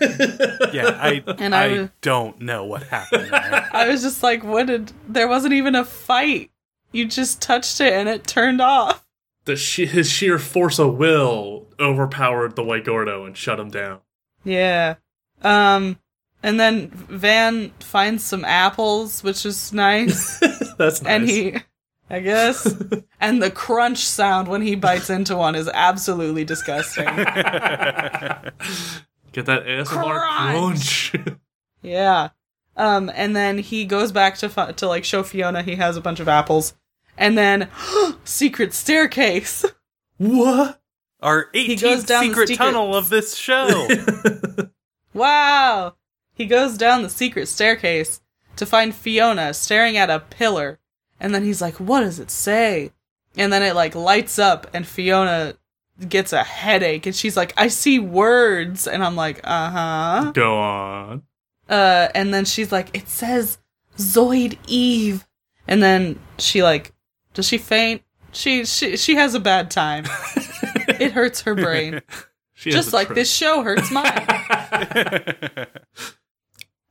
yeah, I
And
I,
I was-
don't know what happened. There.
I was just like, what did. There wasn't even a fight. You just touched it and it turned off.
The she- his sheer force of will overpowered the White Gordo and shut him down.
Yeah. Um. And then Van finds some apples, which is nice.
That's nice.
And he. I guess. and the crunch sound when he bites into one is absolutely disgusting.
Get that ASMR
Crunch.
crunch.
Yeah. Um, and then he goes back to fi- to like show Fiona he has a bunch of apples, and then secret staircase.
what?
Our
goes
18th
down the
secret
secret-
tunnel of this show.
Wow! He goes down the secret staircase to find Fiona staring at a pillar. And then he's like, What does it say? And then it like lights up and Fiona gets a headache and she's like, I see words. And I'm like, Uh huh.
Go on.
Uh, and then she's like, it says Zoid Eve. And then she like, does she faint? She she she has a bad time. it hurts her brain,
She has
just
a
like
trip.
this show hurts mine.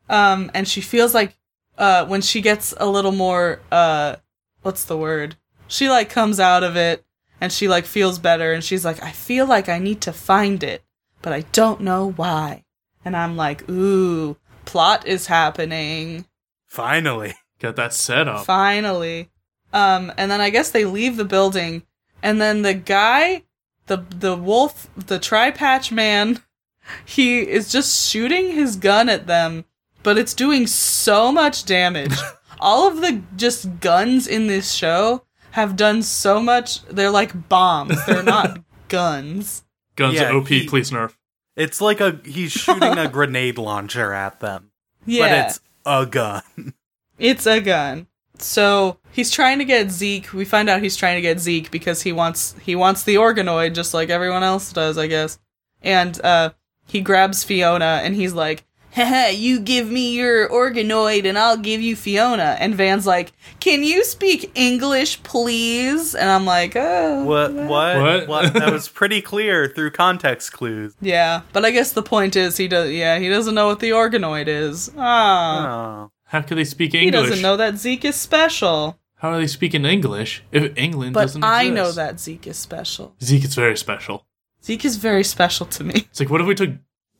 um, and she feels like uh when she gets a little more uh what's the word? She like comes out of it and she like feels better and she's like, I feel like I need to find it, but I don't know why. And I'm like, ooh, plot is happening.
Finally.
Get that set up.
Finally. Um, and then I guess they leave the building, and then the guy, the the wolf, the tri-patch man, he is just shooting his gun at them, but it's doing so much damage. All of the just guns in this show have done so much. They're like bombs. They're not guns.
Guns
Yeah,
OP,
he-
please nerf.
It's like a he's shooting a grenade launcher at them.
Yeah.
But it's a gun.
It's a gun. So he's trying to get Zeke. We find out he's trying to get Zeke because he wants he wants the organoid just like everyone else does, I guess. And uh he grabs Fiona and he's like, Haha, you give me your organoid and I'll give you Fiona. And Van's like, Can you speak English, please? And I'm like, Oh
What what
What?
That was pretty clear through context clues.
Yeah. But I guess the point is he does yeah, he doesn't know what the organoid is. Ah.
Oh.
How can they speak
he
English?
doesn't know that Zeke is special.
How are they speaking English if England
But
doesn't
I
exist?
know that Zeke is special.
Zeke is very special.
Zeke is very special to me.
It's like, what if we took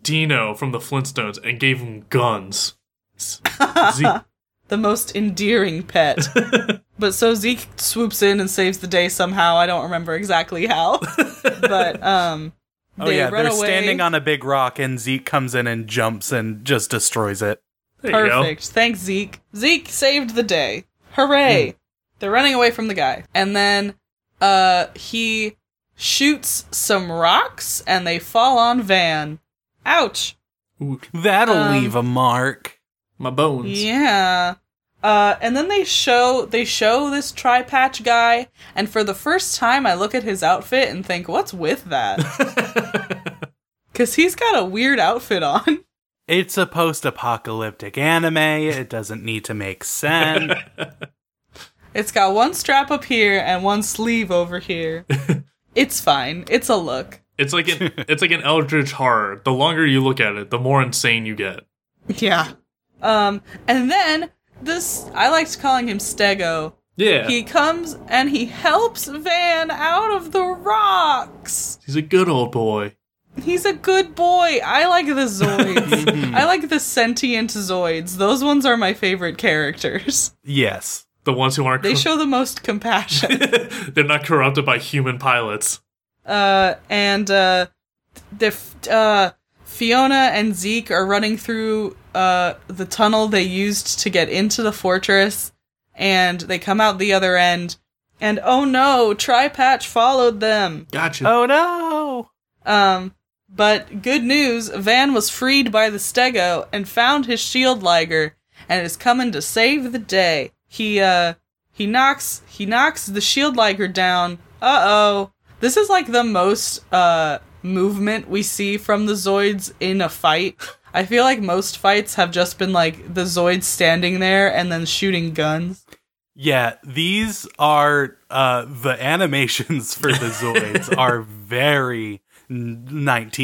Dino from the Flintstones and gave him guns? Z- Zeke,
The most endearing pet. but so Zeke swoops in and saves the day somehow. I don't remember exactly how. but um
Oh
they
yeah,
run
they're
away.
standing on a big rock and Zeke comes in and jumps and just destroys it.
there you
Perfect. Thanks, Zeke. Zeke saved the day.
Hmm.
Hooray. They're running away from the guy. And then uh he shoots some rocks and they fall on Van. Ouch.
go. Ooh,
That'll
Um,
leave a mark.
my bones.
Yeah. Uh, and then they show they show this tri patch guy, and for the first time, I look at his outfit and think, "What's with that?" Because he's got a weird outfit on.
It's a post-apocalyptic anime. It doesn't need to make sense.
It's got one strap up here and one sleeve over here. it's fine. It's a look.
It's like an it's like an eldritch horror. The longer you look at it, the more insane you get.
Yeah. Um, and then this I liked calling him Stego.
Yeah,
He comes and he helps Van out of the rocks.
he's a good old boy.
He's a good boy. I like the Zoids. I like the sentient Zoids. Those ones are my favorite characters.
yes.
The ones who aren't
They
cor-
show the most compassion.
they're not corrupted by human pilots.
Uh, and uh, the f- uh, Fiona and Zeke are running through uh, the tunnel they used to get into the fortress, and they come out the other end. And oh no, Tripatch followed them.
Gotcha.
Oh no.
Um, but good news, Van was freed by the Stego and found his shield liger and is coming to save the day. He uh he knocks he knocks the shield liger down. Uh-oh. This is like the most uh movement we see from the Zoids in a fight. I feel like most fights have just been like the Zoids standing there and then shooting guns.
Yeah, these are uh the animations for the Zoids are very n-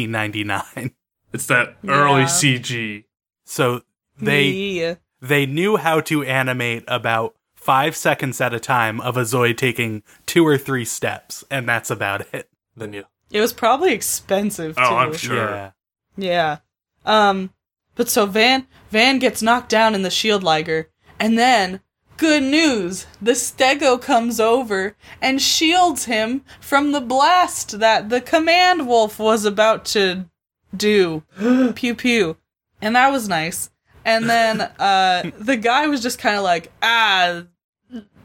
1999.
It's that early
Yeah.
CG.
So they
Yeah.
they knew how to animate about 5 seconds at a time of a Zoid taking two or three steps and that's about it.
Then you.
it was probably expensive too.
Oh, I'm sure.
Yeah.
Yeah. Um but so Van Van gets knocked down in the shield liger and then good news the stego comes over and shields him from the blast that the command wolf was about to do pew pew and that was nice and then uh the guy was just kind of like ah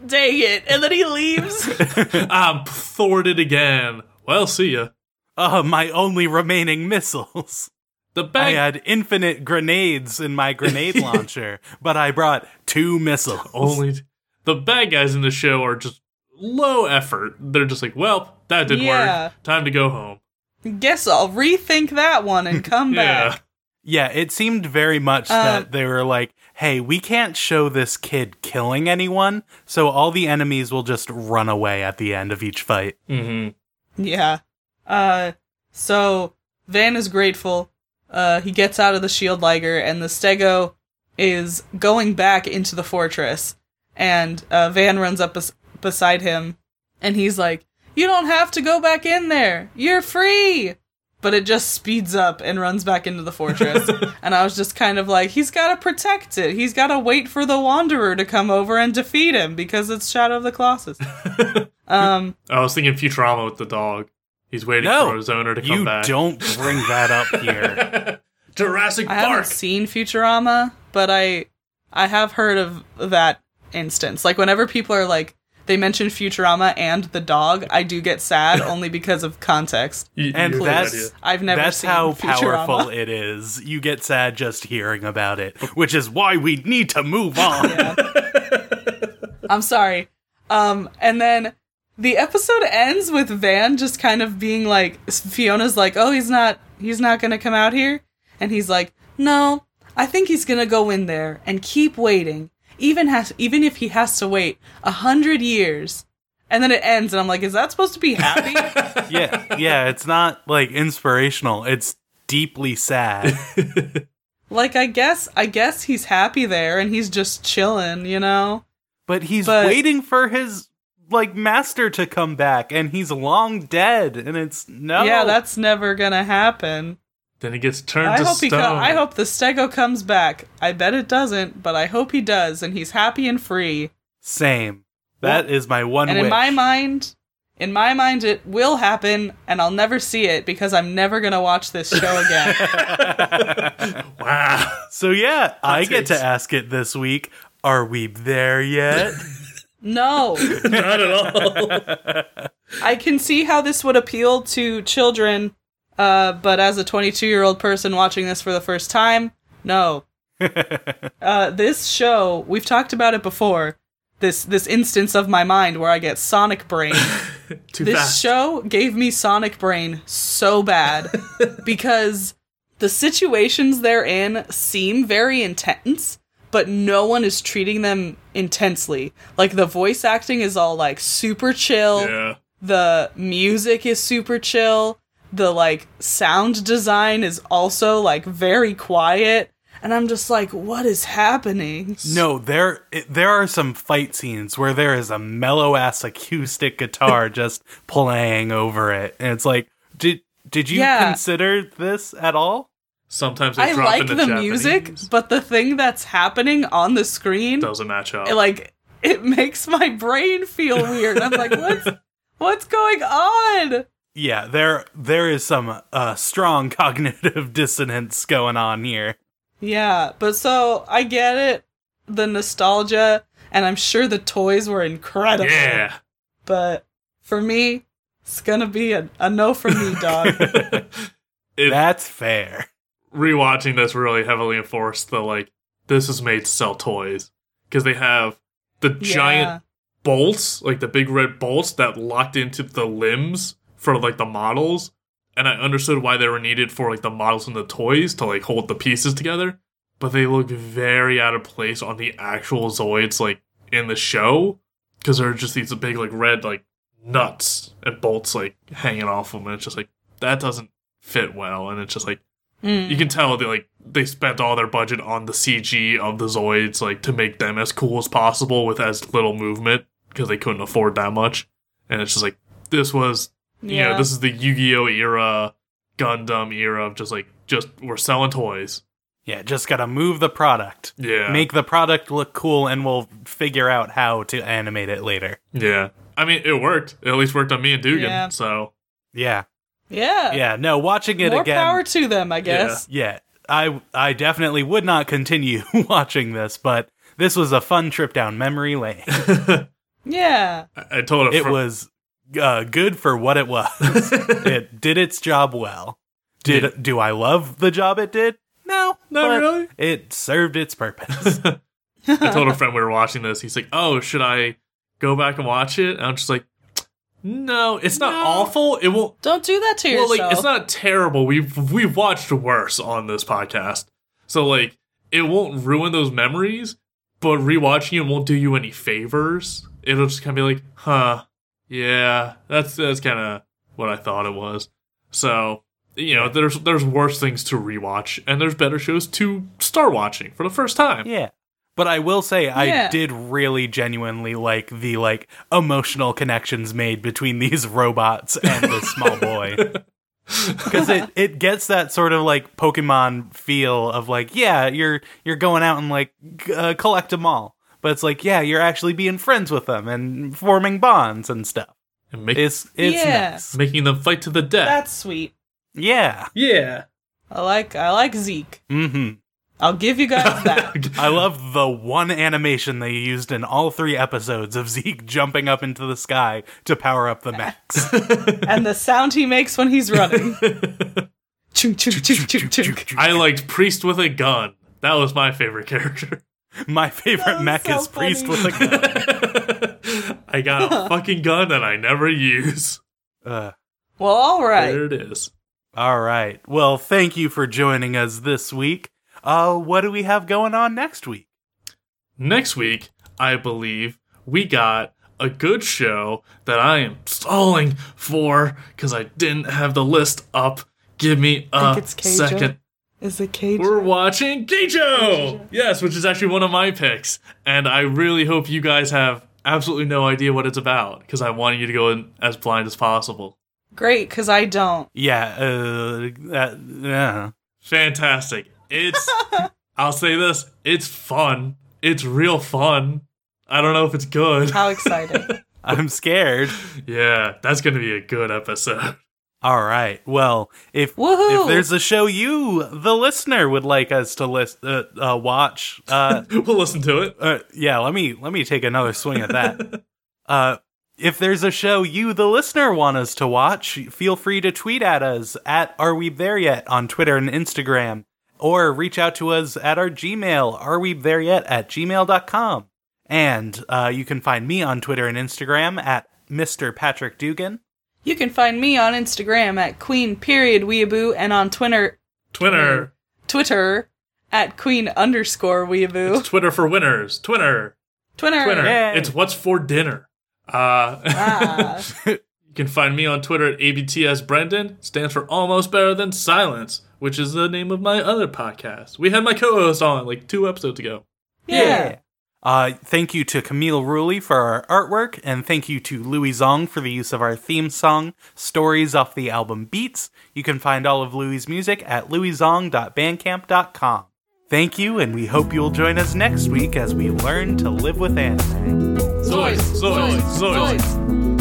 dang it and then he leaves
I'm thwarted again. Um, Well, see ya.
Uh, my only remaining missiles.
The
I
bag.
had infinite grenades in my grenade launcher, but I brought two missiles.
only the bad guys in the show are just low effort. They're just like, well, that didn't
Yeah.
work. Time to go home.
Guess I'll rethink that one and come
Yeah.
back.
Yeah, it seemed very much
Uh.
Um,
that they were like, hey, we can't show this kid killing anyone, so all the enemies will just run away at the end of each fight.
hmm
Yeah. Uh, so Van is grateful. Uh, he gets out of the shield liger, and the Stego is going back into the fortress. And uh, Van runs up bes- beside him, and he's like, "You don't have to go back in there. You're free." But it just speeds up and runs back into the fortress. and I was just kind of like, he's got to protect it. He's got to wait for the Wanderer to come over and defeat him because it's Shadow of the Colossus. um,
I was thinking Futurama with the dog. He's waiting
No,
for his owner to come
You
back.
don't bring that up here.
Jurassic
I
Park.
haven't seen Futurama, but I I have heard of that instance. Like whenever people are like they mention Futurama and the dog, I do get sad only because of context.
You- you
And
have no
that's
idea.
I've never
that's
seen
how
Futurama.
powerful it is. You get sad just hearing about it, which is why we need to move on.
I'm sorry. Um, and then the episode ends with Van just kind of being like, Fiona's like, oh, he's not, he's not gonna come out here, and he's like, no, I think he's gonna go in there and keep waiting, even has, even if he has to wait a hundred years. And then it ends, and I'm like, is that supposed to be happy?
yeah, yeah, it's not like inspirational. It's deeply sad.
like, I guess, I guess he's happy there, and he's just chilling, you know?
But he's
But-
waiting for his like master to come back and he's long dead and it's no
Yeah, that's never gonna happen.
Then he gets turned
I
to
hope
stone.
he. Co- I hope the Stego comes back. I bet it doesn't, but I hope he does, and he's happy and free.
same. That is my one
and
wish.
in my mind, in my mind, it will happen, and I'll never see it because I'm never gonna watch this show again.
wow.
so yeah, I get to
takes-
ask it this week. Are we there yet?
no,
Not at all.
I can see how this would appeal to children, uh, but as a 22 year old person watching this for the first time, no. uh, this show, we've talked about it before. This this instance of my mind where I get Sonic brain.
Too
this
fast.
show gave me Sonic brain so bad because the situations they're in seem very intense, but no one is treating them intensely. Like the voice acting is all like super chill.
yeah.
The music is super chill. The like sound design is also like very quiet. And I'm just like, what is happening?
no, there it- there are some fight scenes where there is a mellow ass acoustic guitar just playing over it. And it's like, did did you
Yeah.
consider this at all?
Sometimes they
I
drop
like
into
the
Japanese.
music, but the thing that's happening on the screen,
doesn't match up.
it, like, it makes my brain feel weird. I'm like, what's what's going on?
Yeah, there there is some uh, strong cognitive dissonance going on here.
Yeah, but so I get it, the nostalgia, and I'm sure the toys were incredible.
yeah.
but for me, it's gonna be a, a no for me, dog.
It-
That's fair.
Rewatching this really heavily enforced the like this is made to sell toys because they have the
Yeah.
giant bolts, like the big red bolts that locked into the limbs for like the models. And I understood why they were needed for like the models and the toys to like hold the pieces together, but they look very out of place on the actual Zoids like in the show because there are just these big like red like nuts and bolts like hanging off them, and it's just like that doesn't fit well, and it's just like you can tell they like they spent all their budget on the CG of the Zoids, like to make them as cool as possible with as little movement because they couldn't afford that much. And it's just like this was, you know, this is the Yu-Gi-Oh era, Gundam era of just like just we're selling toys.
Yeah, just gotta move the product.
Yeah,
Make the product look cool and we'll figure out how to animate it later.
yeah. I mean, it worked. It at least worked on me and Dugan.
Yeah.
So
Yeah.
yeah,
Yeah, no, watching it
more
again.
power to them, I guess.
yeah. I I definitely would not continue watching this, but this was a fun trip down memory lane.
Yeah,
I, I told a
It
fr-
was uh, good for what it was. it did its job well. Did do I love the job it did? No,
Not
but
really.
It served its purpose.
I told a friend we were watching this. He's like, "Oh, should I go back and watch it?" And I'm just like, "No, it's not
No.
awful. It won't.
Don't do that to
Well,
yourself.
like, it's not terrible. We've we've watched worse on this podcast, so like, it won't ruin those memories. But rewatching it won't do you any favors. It'll just kind of be like, huh, yeah, that's that's kind of what I thought it was. So." You know, there's there's worse things to rewatch, and there's better shows to start watching for the first time.
yeah. But I will say I
Yeah.
did really genuinely like the like emotional connections made between these robots and the small boy. Cuz it it gets that sort of like Pokemon feel of like yeah, you're you're going out and like g- uh, collect them all. But it's like yeah, you're actually being friends with them and forming bonds and stuff.
And make,
It's it's
Yeah.
nice.
making them fight to the death.
That's sweet.
Yeah.
yeah.
I like I like Zeke.
Mhm.
I'll give you guys that.
I love the one animation they used in all three episodes of Zeke jumping up into the sky to power up the max.
and the sound he makes when he's running. Chunk, chunk, chunk, chunk, chunk.
I liked Priest with a gun. That was my favorite character.
My favorite
was
mech
so
is Priest
funny.
with a gun.
I got a fucking gun that I never use.
Uh,
Well, all
There
right.
it is.
all right. Well, thank you for joining us this week. Uh, what do we have going on next week?
Next week, I believe we got a good show that I am stalling for because I didn't have the list up. Give me a
it's Keijo.
second.
Is the cage?
We're watching Geijo! Yes, which is actually one of my picks. And I really hope you guys have absolutely no idea what it's about because I wanted you to go in as blind as possible.
Great, because I don't.
Yeah. Uh, uh, yeah.
Fantastic. It's, I'll say this, it's fun. It's real fun. I don't know if it's good.
How exciting.
I'm scared.
Yeah, that's going to be a good episode.
All right. Well, if
Woohoo!
if there's a show you, the listener, would like us to list uh, uh, watch, uh,
we'll listen to it.
uh, yeah let me let me take another swing at that uh if there's a show you the listener want us to watch feel free to tweet at us at are we there yet on twitter and instagram or reach out to us at our gmail are we there yet at gmail.com and uh, you can find me on twitter and instagram at mr patrick dugan
You can find me on Instagram at Queen Period Weeaboo and on Twitter
Twinner.
Twitter at Queen underscore Weeaboo.
It's Twitter for winners. Twinner.
Twitter.
Twitter.
Yay.
It's what's for dinner. Uh,
Ah.
You can find me on Twitter at ABTS Brendan, stands for Almost Better Than Silence, which is the name of my other podcast. We had my co host on like two episodes ago.
yeah.
Uh, thank you to Camille Ruley for our artwork, and thank you to Louis Zong for the use of our theme song, Stories off the album Beats. You can find all of Louis' music at louiszong.bandcamp.com. Thank you, and we hope you'll join us next week as we learn to live with anime.
Zoids, zoids, zoids.
zoids.